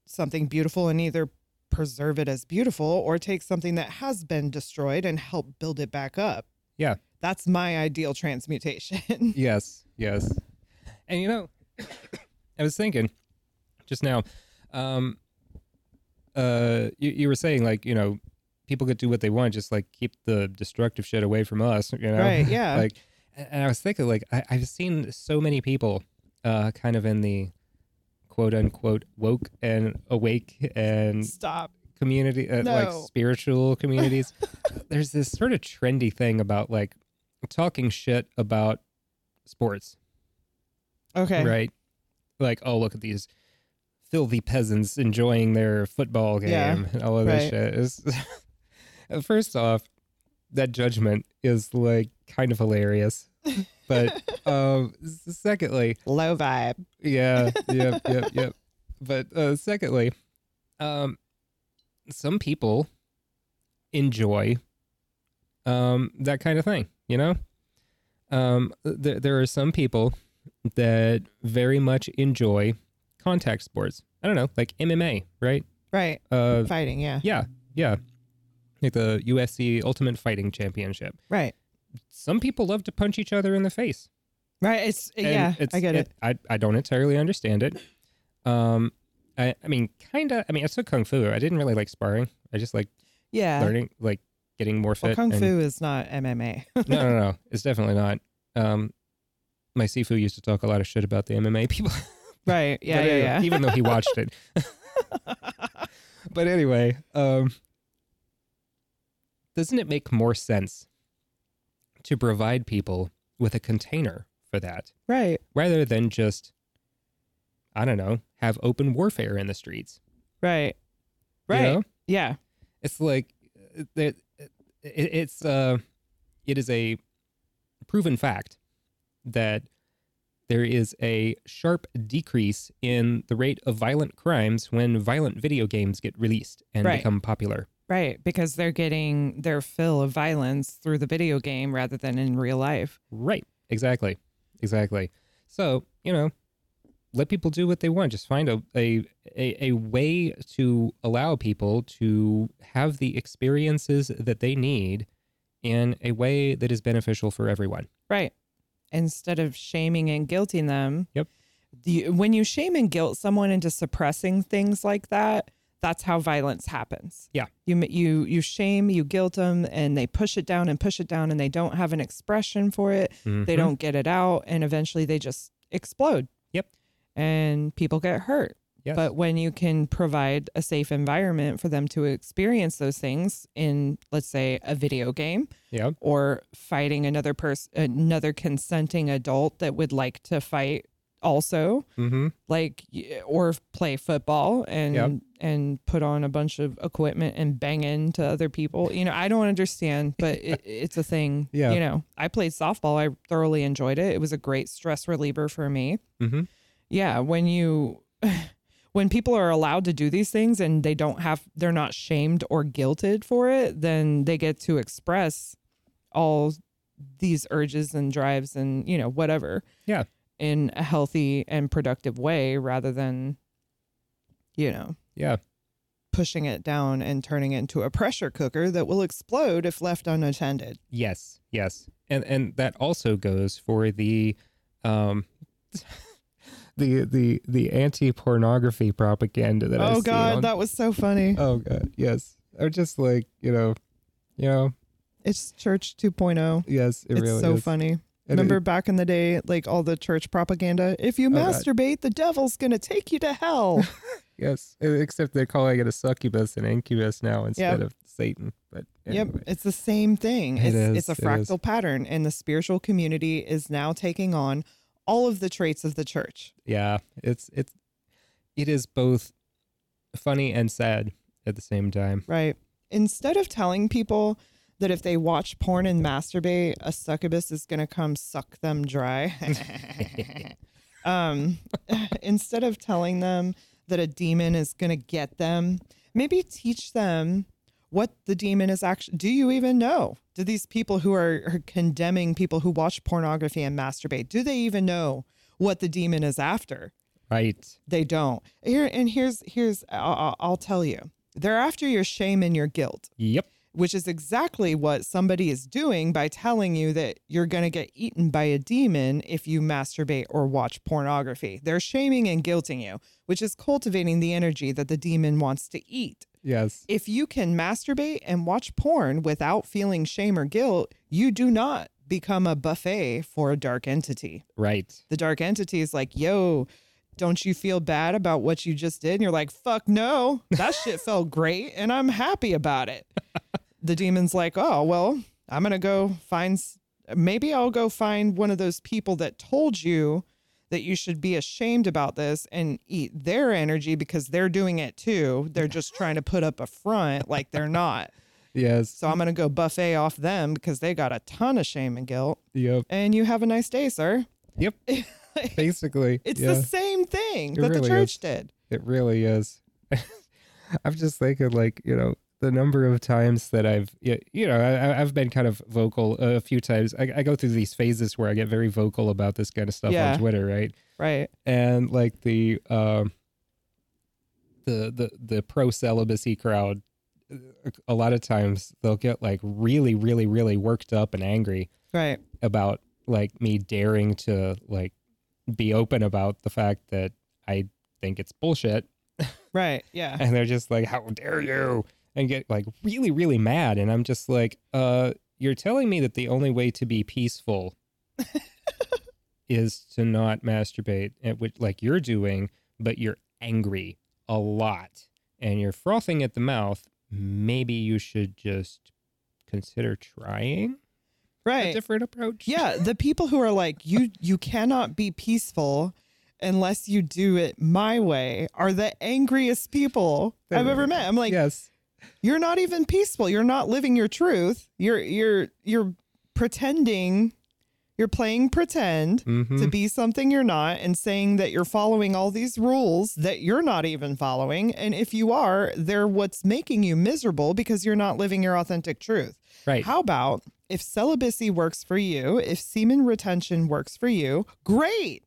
Speaker 2: something beautiful and either preserve it as beautiful or take something that has been destroyed and help build it back up.
Speaker 1: Yeah.
Speaker 2: That's my ideal transmutation.
Speaker 1: Yes, yes. And you know, I was thinking just now, um, uh, you, you were saying like, you know, people could do what they want, just like keep the destructive shit away from us, you know?
Speaker 2: Right, yeah.
Speaker 1: like, and and I was thinking like, I, I've seen so many people, uh, kind of in the quote unquote woke and awake and
Speaker 2: Stop.
Speaker 1: community, uh,
Speaker 2: No.
Speaker 1: like spiritual communities. There's this sort of trendy thing about like talking shit about sports
Speaker 2: Okay.
Speaker 1: right? Like, oh, look at these filthy peasants enjoying their football game
Speaker 2: Yeah,
Speaker 1: and all of this
Speaker 2: right.
Speaker 1: shit. It's- First off, that judgment is like kind of hilarious. But um, s- secondly,
Speaker 2: Low vibe.
Speaker 1: yeah, yep, yep, yep. But uh, secondly, um, some people enjoy um, that kind of thing. You know, um, there there are some people that very much enjoy contact sports. I don't know, like MMA, right?
Speaker 2: Right.
Speaker 1: Uh,
Speaker 2: Fighting, yeah.
Speaker 1: yeah, yeah, like the USC Ultimate Fighting Championship.
Speaker 2: Right.
Speaker 1: Some people love to punch each other in the face.
Speaker 2: Right. It's
Speaker 1: And
Speaker 2: yeah,
Speaker 1: it's-
Speaker 2: I get it.
Speaker 1: I, I don't entirely understand it. Um, I, I mean, kind of. I mean, I took kung fu. I didn't really like sparring. I just like
Speaker 2: Yeah.
Speaker 1: learning, like getting more fit.
Speaker 2: Uh, Well, kung
Speaker 1: and-
Speaker 2: fu is not MMA.
Speaker 1: no, no, no. It's definitely not. Um, my sifu used to talk a lot of shit about the MMA people.
Speaker 2: right. Yeah,
Speaker 1: But anyway,
Speaker 2: yeah, yeah.
Speaker 1: Even though he watched it. but anyway, um, doesn't it make more sense to provide people with a container for that?
Speaker 2: Right.
Speaker 1: rather than just I don't know, have open warfare in the streets.
Speaker 2: Right.
Speaker 1: you
Speaker 2: Right.
Speaker 1: know?
Speaker 2: Yeah.
Speaker 1: It's like uh, there- it, it's uh it is a proven fact that there is a sharp decrease in the rate of violent crimes when violent video games get released and
Speaker 2: Right.
Speaker 1: become popular.
Speaker 2: Right. Because they're getting their fill of violence through the video game rather than in real life.
Speaker 1: Right. Exactly. Exactly. So, you know, let people do what they want. Just find a a, a, a way to allow people to have the experiences that they need in a way that is beneficial for everyone.
Speaker 2: Right. Instead of shaming and guilting them.
Speaker 1: Yep.
Speaker 2: the- when you shame and guilt someone into suppressing things like that, that's how violence happens.
Speaker 1: Yeah.
Speaker 2: You ma- you you shame, you guilt them and they push it down and push it down and they don't have an expression for it. They
Speaker 1: Mhm.
Speaker 2: don't get it out and eventually they just explode.
Speaker 1: Yep.
Speaker 2: And people get hurt.
Speaker 1: Yes.
Speaker 2: But when you can provide a safe environment for them to experience those things in, let's say, a video game
Speaker 1: yeah.
Speaker 2: or fighting another person, another consenting adult that would like to fight also,
Speaker 1: Mm-hmm.
Speaker 2: like, y- or play football and,
Speaker 1: Yep.
Speaker 2: and put on a bunch of equipment and bang into other people. You know, I don't understand, but it, it's a thing.
Speaker 1: Yeah.
Speaker 2: You know, I played softball. I thoroughly enjoyed it. It was a great stress reliever for me
Speaker 1: Mm-hmm.
Speaker 2: yeah when you when people are allowed to do these things and they don't have they're not shamed or guilted for it then they get to express all these urges and drives and you know whatever
Speaker 1: Yeah.
Speaker 2: in a healthy and productive way rather than you know
Speaker 1: Yeah.
Speaker 2: pushing it down and turning it into a pressure cooker that will explode if left unattended
Speaker 1: Yes. Yes. And and that also goes for the um the the the anti pornography propaganda that I
Speaker 2: oh
Speaker 1: see on Uh,
Speaker 2: god that was so funny
Speaker 1: Oh god, yes. Or just like you know, you know,
Speaker 2: It's church 2.0.
Speaker 1: Yes, it
Speaker 2: it's
Speaker 1: really
Speaker 2: so
Speaker 1: is. Oh,
Speaker 2: funny.
Speaker 1: And
Speaker 2: Remember
Speaker 1: it-
Speaker 2: back in the day, like all the church propaganda? If you
Speaker 1: God.
Speaker 2: masturbate, the devil's going to take you to hell.
Speaker 1: yes, e, except they're calling it a succubus and incubus now instead of Satan. But
Speaker 2: Yep,
Speaker 1: anyway.
Speaker 2: it's the same thing.
Speaker 1: It
Speaker 2: It's, it's a
Speaker 1: is, it is.
Speaker 2: fractal pattern, and the spiritual community is now taking on all of the traits of the church.
Speaker 1: yeah, it's it's it is both funny and sad at the same time.
Speaker 2: Right. Instead of telling people that if they watch porn and masturbate, a succubus is going to come suck them dry. um, instead of telling them that a demon is going to get them, maybe teach them what the demon is actually. Do you even know? Do these people who are, are condemning people who watch pornography and masturbate, do they even know what the demon is after?
Speaker 1: Right.
Speaker 2: they don't here and here's here's I'll, I'll- I'll tell you they're after your shame and your guilt
Speaker 1: Yep.
Speaker 2: which is exactly what somebody is doing by telling you that you're going to get eaten by a demon if you masturbate or watch pornography they're shaming and guilting you which is cultivating the energy that the demon wants to eat
Speaker 1: Yes.
Speaker 2: if you can masturbate and watch porn without feeling shame or guilt you do not become a buffet for a dark entity
Speaker 1: Right.
Speaker 2: the dark entity is like, yo, don't you feel bad about what you just did? And you're like, fuck no, that shit felt great and I'm happy about it. the demon's like, oh, well, I'm going to go find, s- maybe I'll go find one of those people that told you that you should be ashamed about this and eat their energy because they're doing it too. They're just trying to put up a front like they're not.
Speaker 1: Yes.
Speaker 2: So I'm going to go buffet off them because they got a ton of shame and guilt.
Speaker 1: Yep.
Speaker 2: And you have a nice day, sir.
Speaker 1: Yep. Basically.
Speaker 2: It's
Speaker 1: yeah.
Speaker 2: the same thing
Speaker 1: It
Speaker 2: that the
Speaker 1: really
Speaker 2: church
Speaker 1: is.
Speaker 2: did.
Speaker 1: It really is. I'm just thinking, like, you know, the number of times that I've, y- you know, I, I- I've been kind of vocal a few times. I, I go through these phases where I get very vocal about this kind of stuff
Speaker 2: Yeah.
Speaker 1: on Twitter, right?
Speaker 2: Right.
Speaker 1: And like the, um, the the the pro celibacy crowd, uh, a lot of times they'll get like really, really, really worked up and angry
Speaker 2: Right.
Speaker 1: about like me daring to like be open about the fact that I think it's bullshit
Speaker 2: Right. Yeah.
Speaker 1: and they're just like how dare you and get like really really mad and i'm just like uh you're telling me that the only way to be peaceful is to not masturbate at which like you're doing but you're angry a lot and you're frothing at the mouth maybe you should just consider trying a
Speaker 2: Right.
Speaker 1: different approach
Speaker 2: Yeah. The people who are like, you you cannot be peaceful unless you do it my way are the angriest people
Speaker 1: They're
Speaker 2: I've ever
Speaker 1: really-
Speaker 2: met. I'm like,
Speaker 1: yes
Speaker 2: you're not even peaceful. You're not living your truth. You're you're you're pretending you're playing pretend
Speaker 1: Mhm.
Speaker 2: to be something you're not and saying that you're following all these rules that you're not even following. And if you are, they're what's making you miserable because you're not living your authentic truth.
Speaker 1: right
Speaker 2: How about if celibacy works for you, if semen retention works for you, great.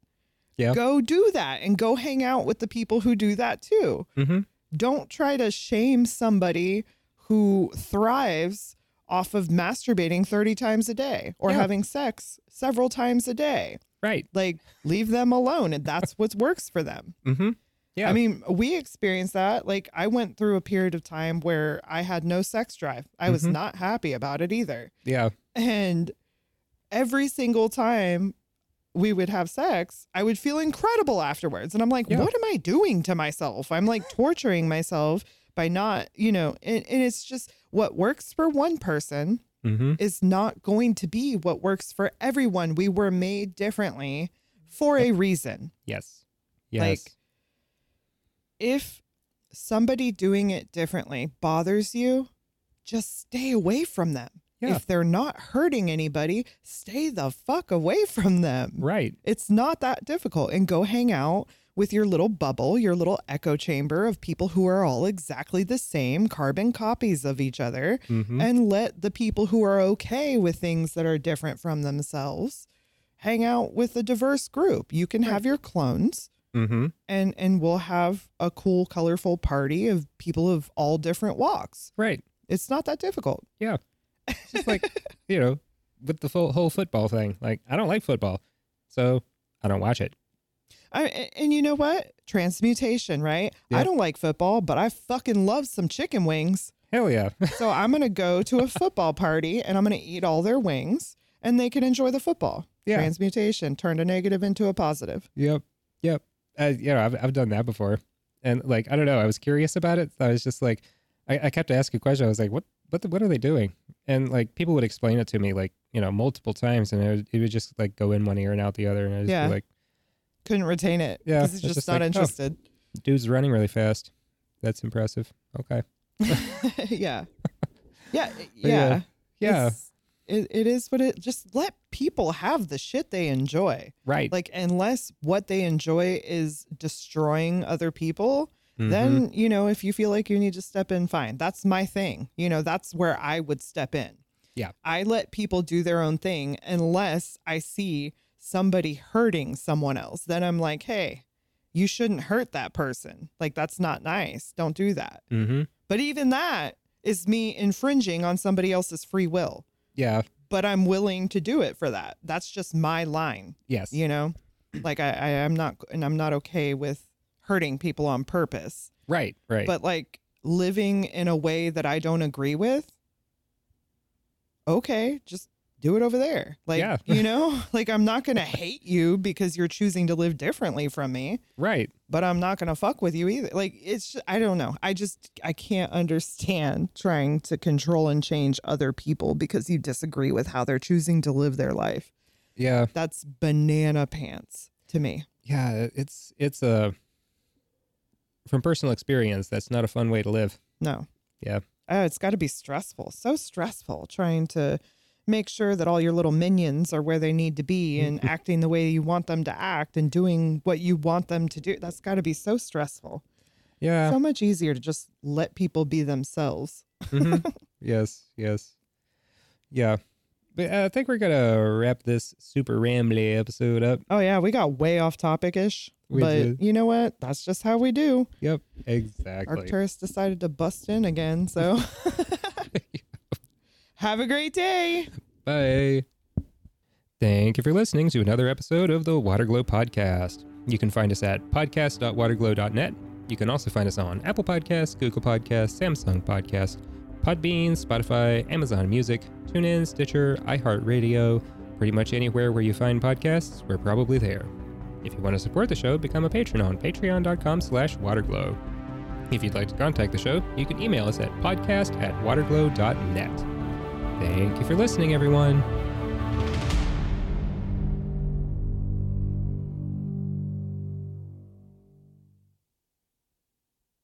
Speaker 1: Yeah.
Speaker 2: Go do that and go hang out with the people who do that too.
Speaker 1: mm-hmm.
Speaker 2: Don't try to shame somebody who thrives off of masturbating 30 times a day or
Speaker 1: Yeah.
Speaker 2: having sex several times a day
Speaker 1: right
Speaker 2: like leave them alone and that's what works for them
Speaker 1: mm-hmm. Yeah.
Speaker 2: i mean we experienced that like i went through a period of time where i had no sex drive i was
Speaker 1: Mhm.
Speaker 2: not happy about it either
Speaker 1: yeah
Speaker 2: and every single time we would have sex i would feel incredible afterwards and i'm like
Speaker 1: Yeah.
Speaker 2: what am i doing to myself i'm like torturing myself by not you know and, and it's just what works for one person
Speaker 1: mm-hmm.
Speaker 2: is not going to be what works for everyone. We were made differently for a reason.
Speaker 1: yes
Speaker 2: Like,
Speaker 1: yes
Speaker 2: If somebody doing it differently bothers you, just stay away from them.
Speaker 1: Yeah.
Speaker 2: If they're not hurting anybody, stay the fuck away from them.
Speaker 1: right
Speaker 2: It's not that difficult. And go hang out with your little bubble, your little echo chamber of people who are all exactly the same, carbon copies of each other.
Speaker 1: mm-hmm.
Speaker 2: and let the people who are okay with things that are different from themselves hang out with a diverse group. You can have your clones
Speaker 1: mm-hmm.
Speaker 2: and and we'll have a cool colorful party of people of all different walks.
Speaker 1: right
Speaker 2: It's not that difficult.
Speaker 1: just like you know with the full, whole football thing like i don't like football so i don't watch it
Speaker 2: I a- and you know what? Transmutation, right? I
Speaker 1: Yeah.
Speaker 2: don't like football, but I fucking love some chicken wings.
Speaker 1: Hell yeah.
Speaker 2: So I'm going to go to a football party and I'm going to eat all their wings and they can enjoy the football.
Speaker 1: Yeah.
Speaker 2: Transmutation turned a negative into a positive.
Speaker 1: Yep. Yep. Uh, you know, I've, I've done that before. And like, I don't know, I was curious about it. I was just like, I, I kept asking questions. I was like, what, what, the, what are they doing? And like, people would explain it to me like, you know, multiple times and it would, it would just like go in one ear and out the other. And I just
Speaker 2: Yeah.
Speaker 1: be like,
Speaker 2: Couldn't retain it.
Speaker 1: Yeah,
Speaker 2: 'cause It's
Speaker 1: it's
Speaker 2: just,
Speaker 1: just
Speaker 2: not
Speaker 1: like, oh.
Speaker 2: interested.
Speaker 1: dude's running really fast. That's impressive. Okay.
Speaker 2: yeah. Yeah.
Speaker 1: yeah,
Speaker 2: Yeah.
Speaker 1: Yeah.
Speaker 2: It's- It, it is what it just let people have the shit they enjoy.
Speaker 1: Right.
Speaker 2: Like, unless what they enjoy is destroying other people,
Speaker 1: Mhm.
Speaker 2: then, you know, if you feel like you need to step in, fine. That's my thing. You know, that's where I would step in.
Speaker 1: Yeah.
Speaker 2: I let people do their own thing unless I see somebody hurting someone else. Then I'm like, hey, you shouldn't hurt that person. Like, that's not nice. Don't do that.
Speaker 1: Mhm.
Speaker 2: But even that is me infringing on somebody else's free will.
Speaker 1: Yeah.
Speaker 2: But I'm willing to do it for that. That's just my line,
Speaker 1: Yes.
Speaker 2: you know? Like I, I am not and I'm not okay with hurting people on purpose.
Speaker 1: Right. Right.
Speaker 2: But like living in a way that I don't agree with, okay, just do it over there. Like
Speaker 1: Yeah.
Speaker 2: you know, like I'm not gonna hate you because you're choosing to live differently from me
Speaker 1: right.
Speaker 2: but I'm not gonna fuck with you either. Like it's ju- I don't know. I just I can't understand trying to control and change other people because you disagree with how they're choosing to live their life.
Speaker 1: Yeah.
Speaker 2: That's banana pants to me.
Speaker 1: Yeah. It's, it's a, from personal experience, that's not a fun way to live.
Speaker 2: No.
Speaker 1: Yeah.
Speaker 2: Oh, it's got to be stressful. So stressful trying to make sure that all your little minions are where they need to be and acting the way you want them to act and doing what you want them to do. That's got to be so stressful.
Speaker 1: Yeah.
Speaker 2: So much easier to just let people be themselves.
Speaker 1: Mhm. yes, yes, yeah. But uh, I think we're gonna wrap this super rambly episode up.
Speaker 2: Oh yeah, we got way off topic ish.
Speaker 1: We
Speaker 2: But
Speaker 1: did.
Speaker 2: you know what? That's just how we do.
Speaker 1: Yep, exactly.
Speaker 2: Arcturus decided to bust in again, so have a great day.
Speaker 1: Bye. Thank you for listening to another episode of the Waterglow Podcast. You can find us at podcast.waterglow.net. You can also find us on Apple Podcasts, Google Podcasts, Samsung Podcasts, Podbean, Spotify, Amazon Music, TuneIn, Stitcher, iHeartRadio, pretty much anywhere where you find podcasts, we're probably there. If you want to support the show, become a patron on patreon.com slash waterglow. If you'd like to contact the show, you can email us at podcast at waterglow.net. Thank you for listening, everyone.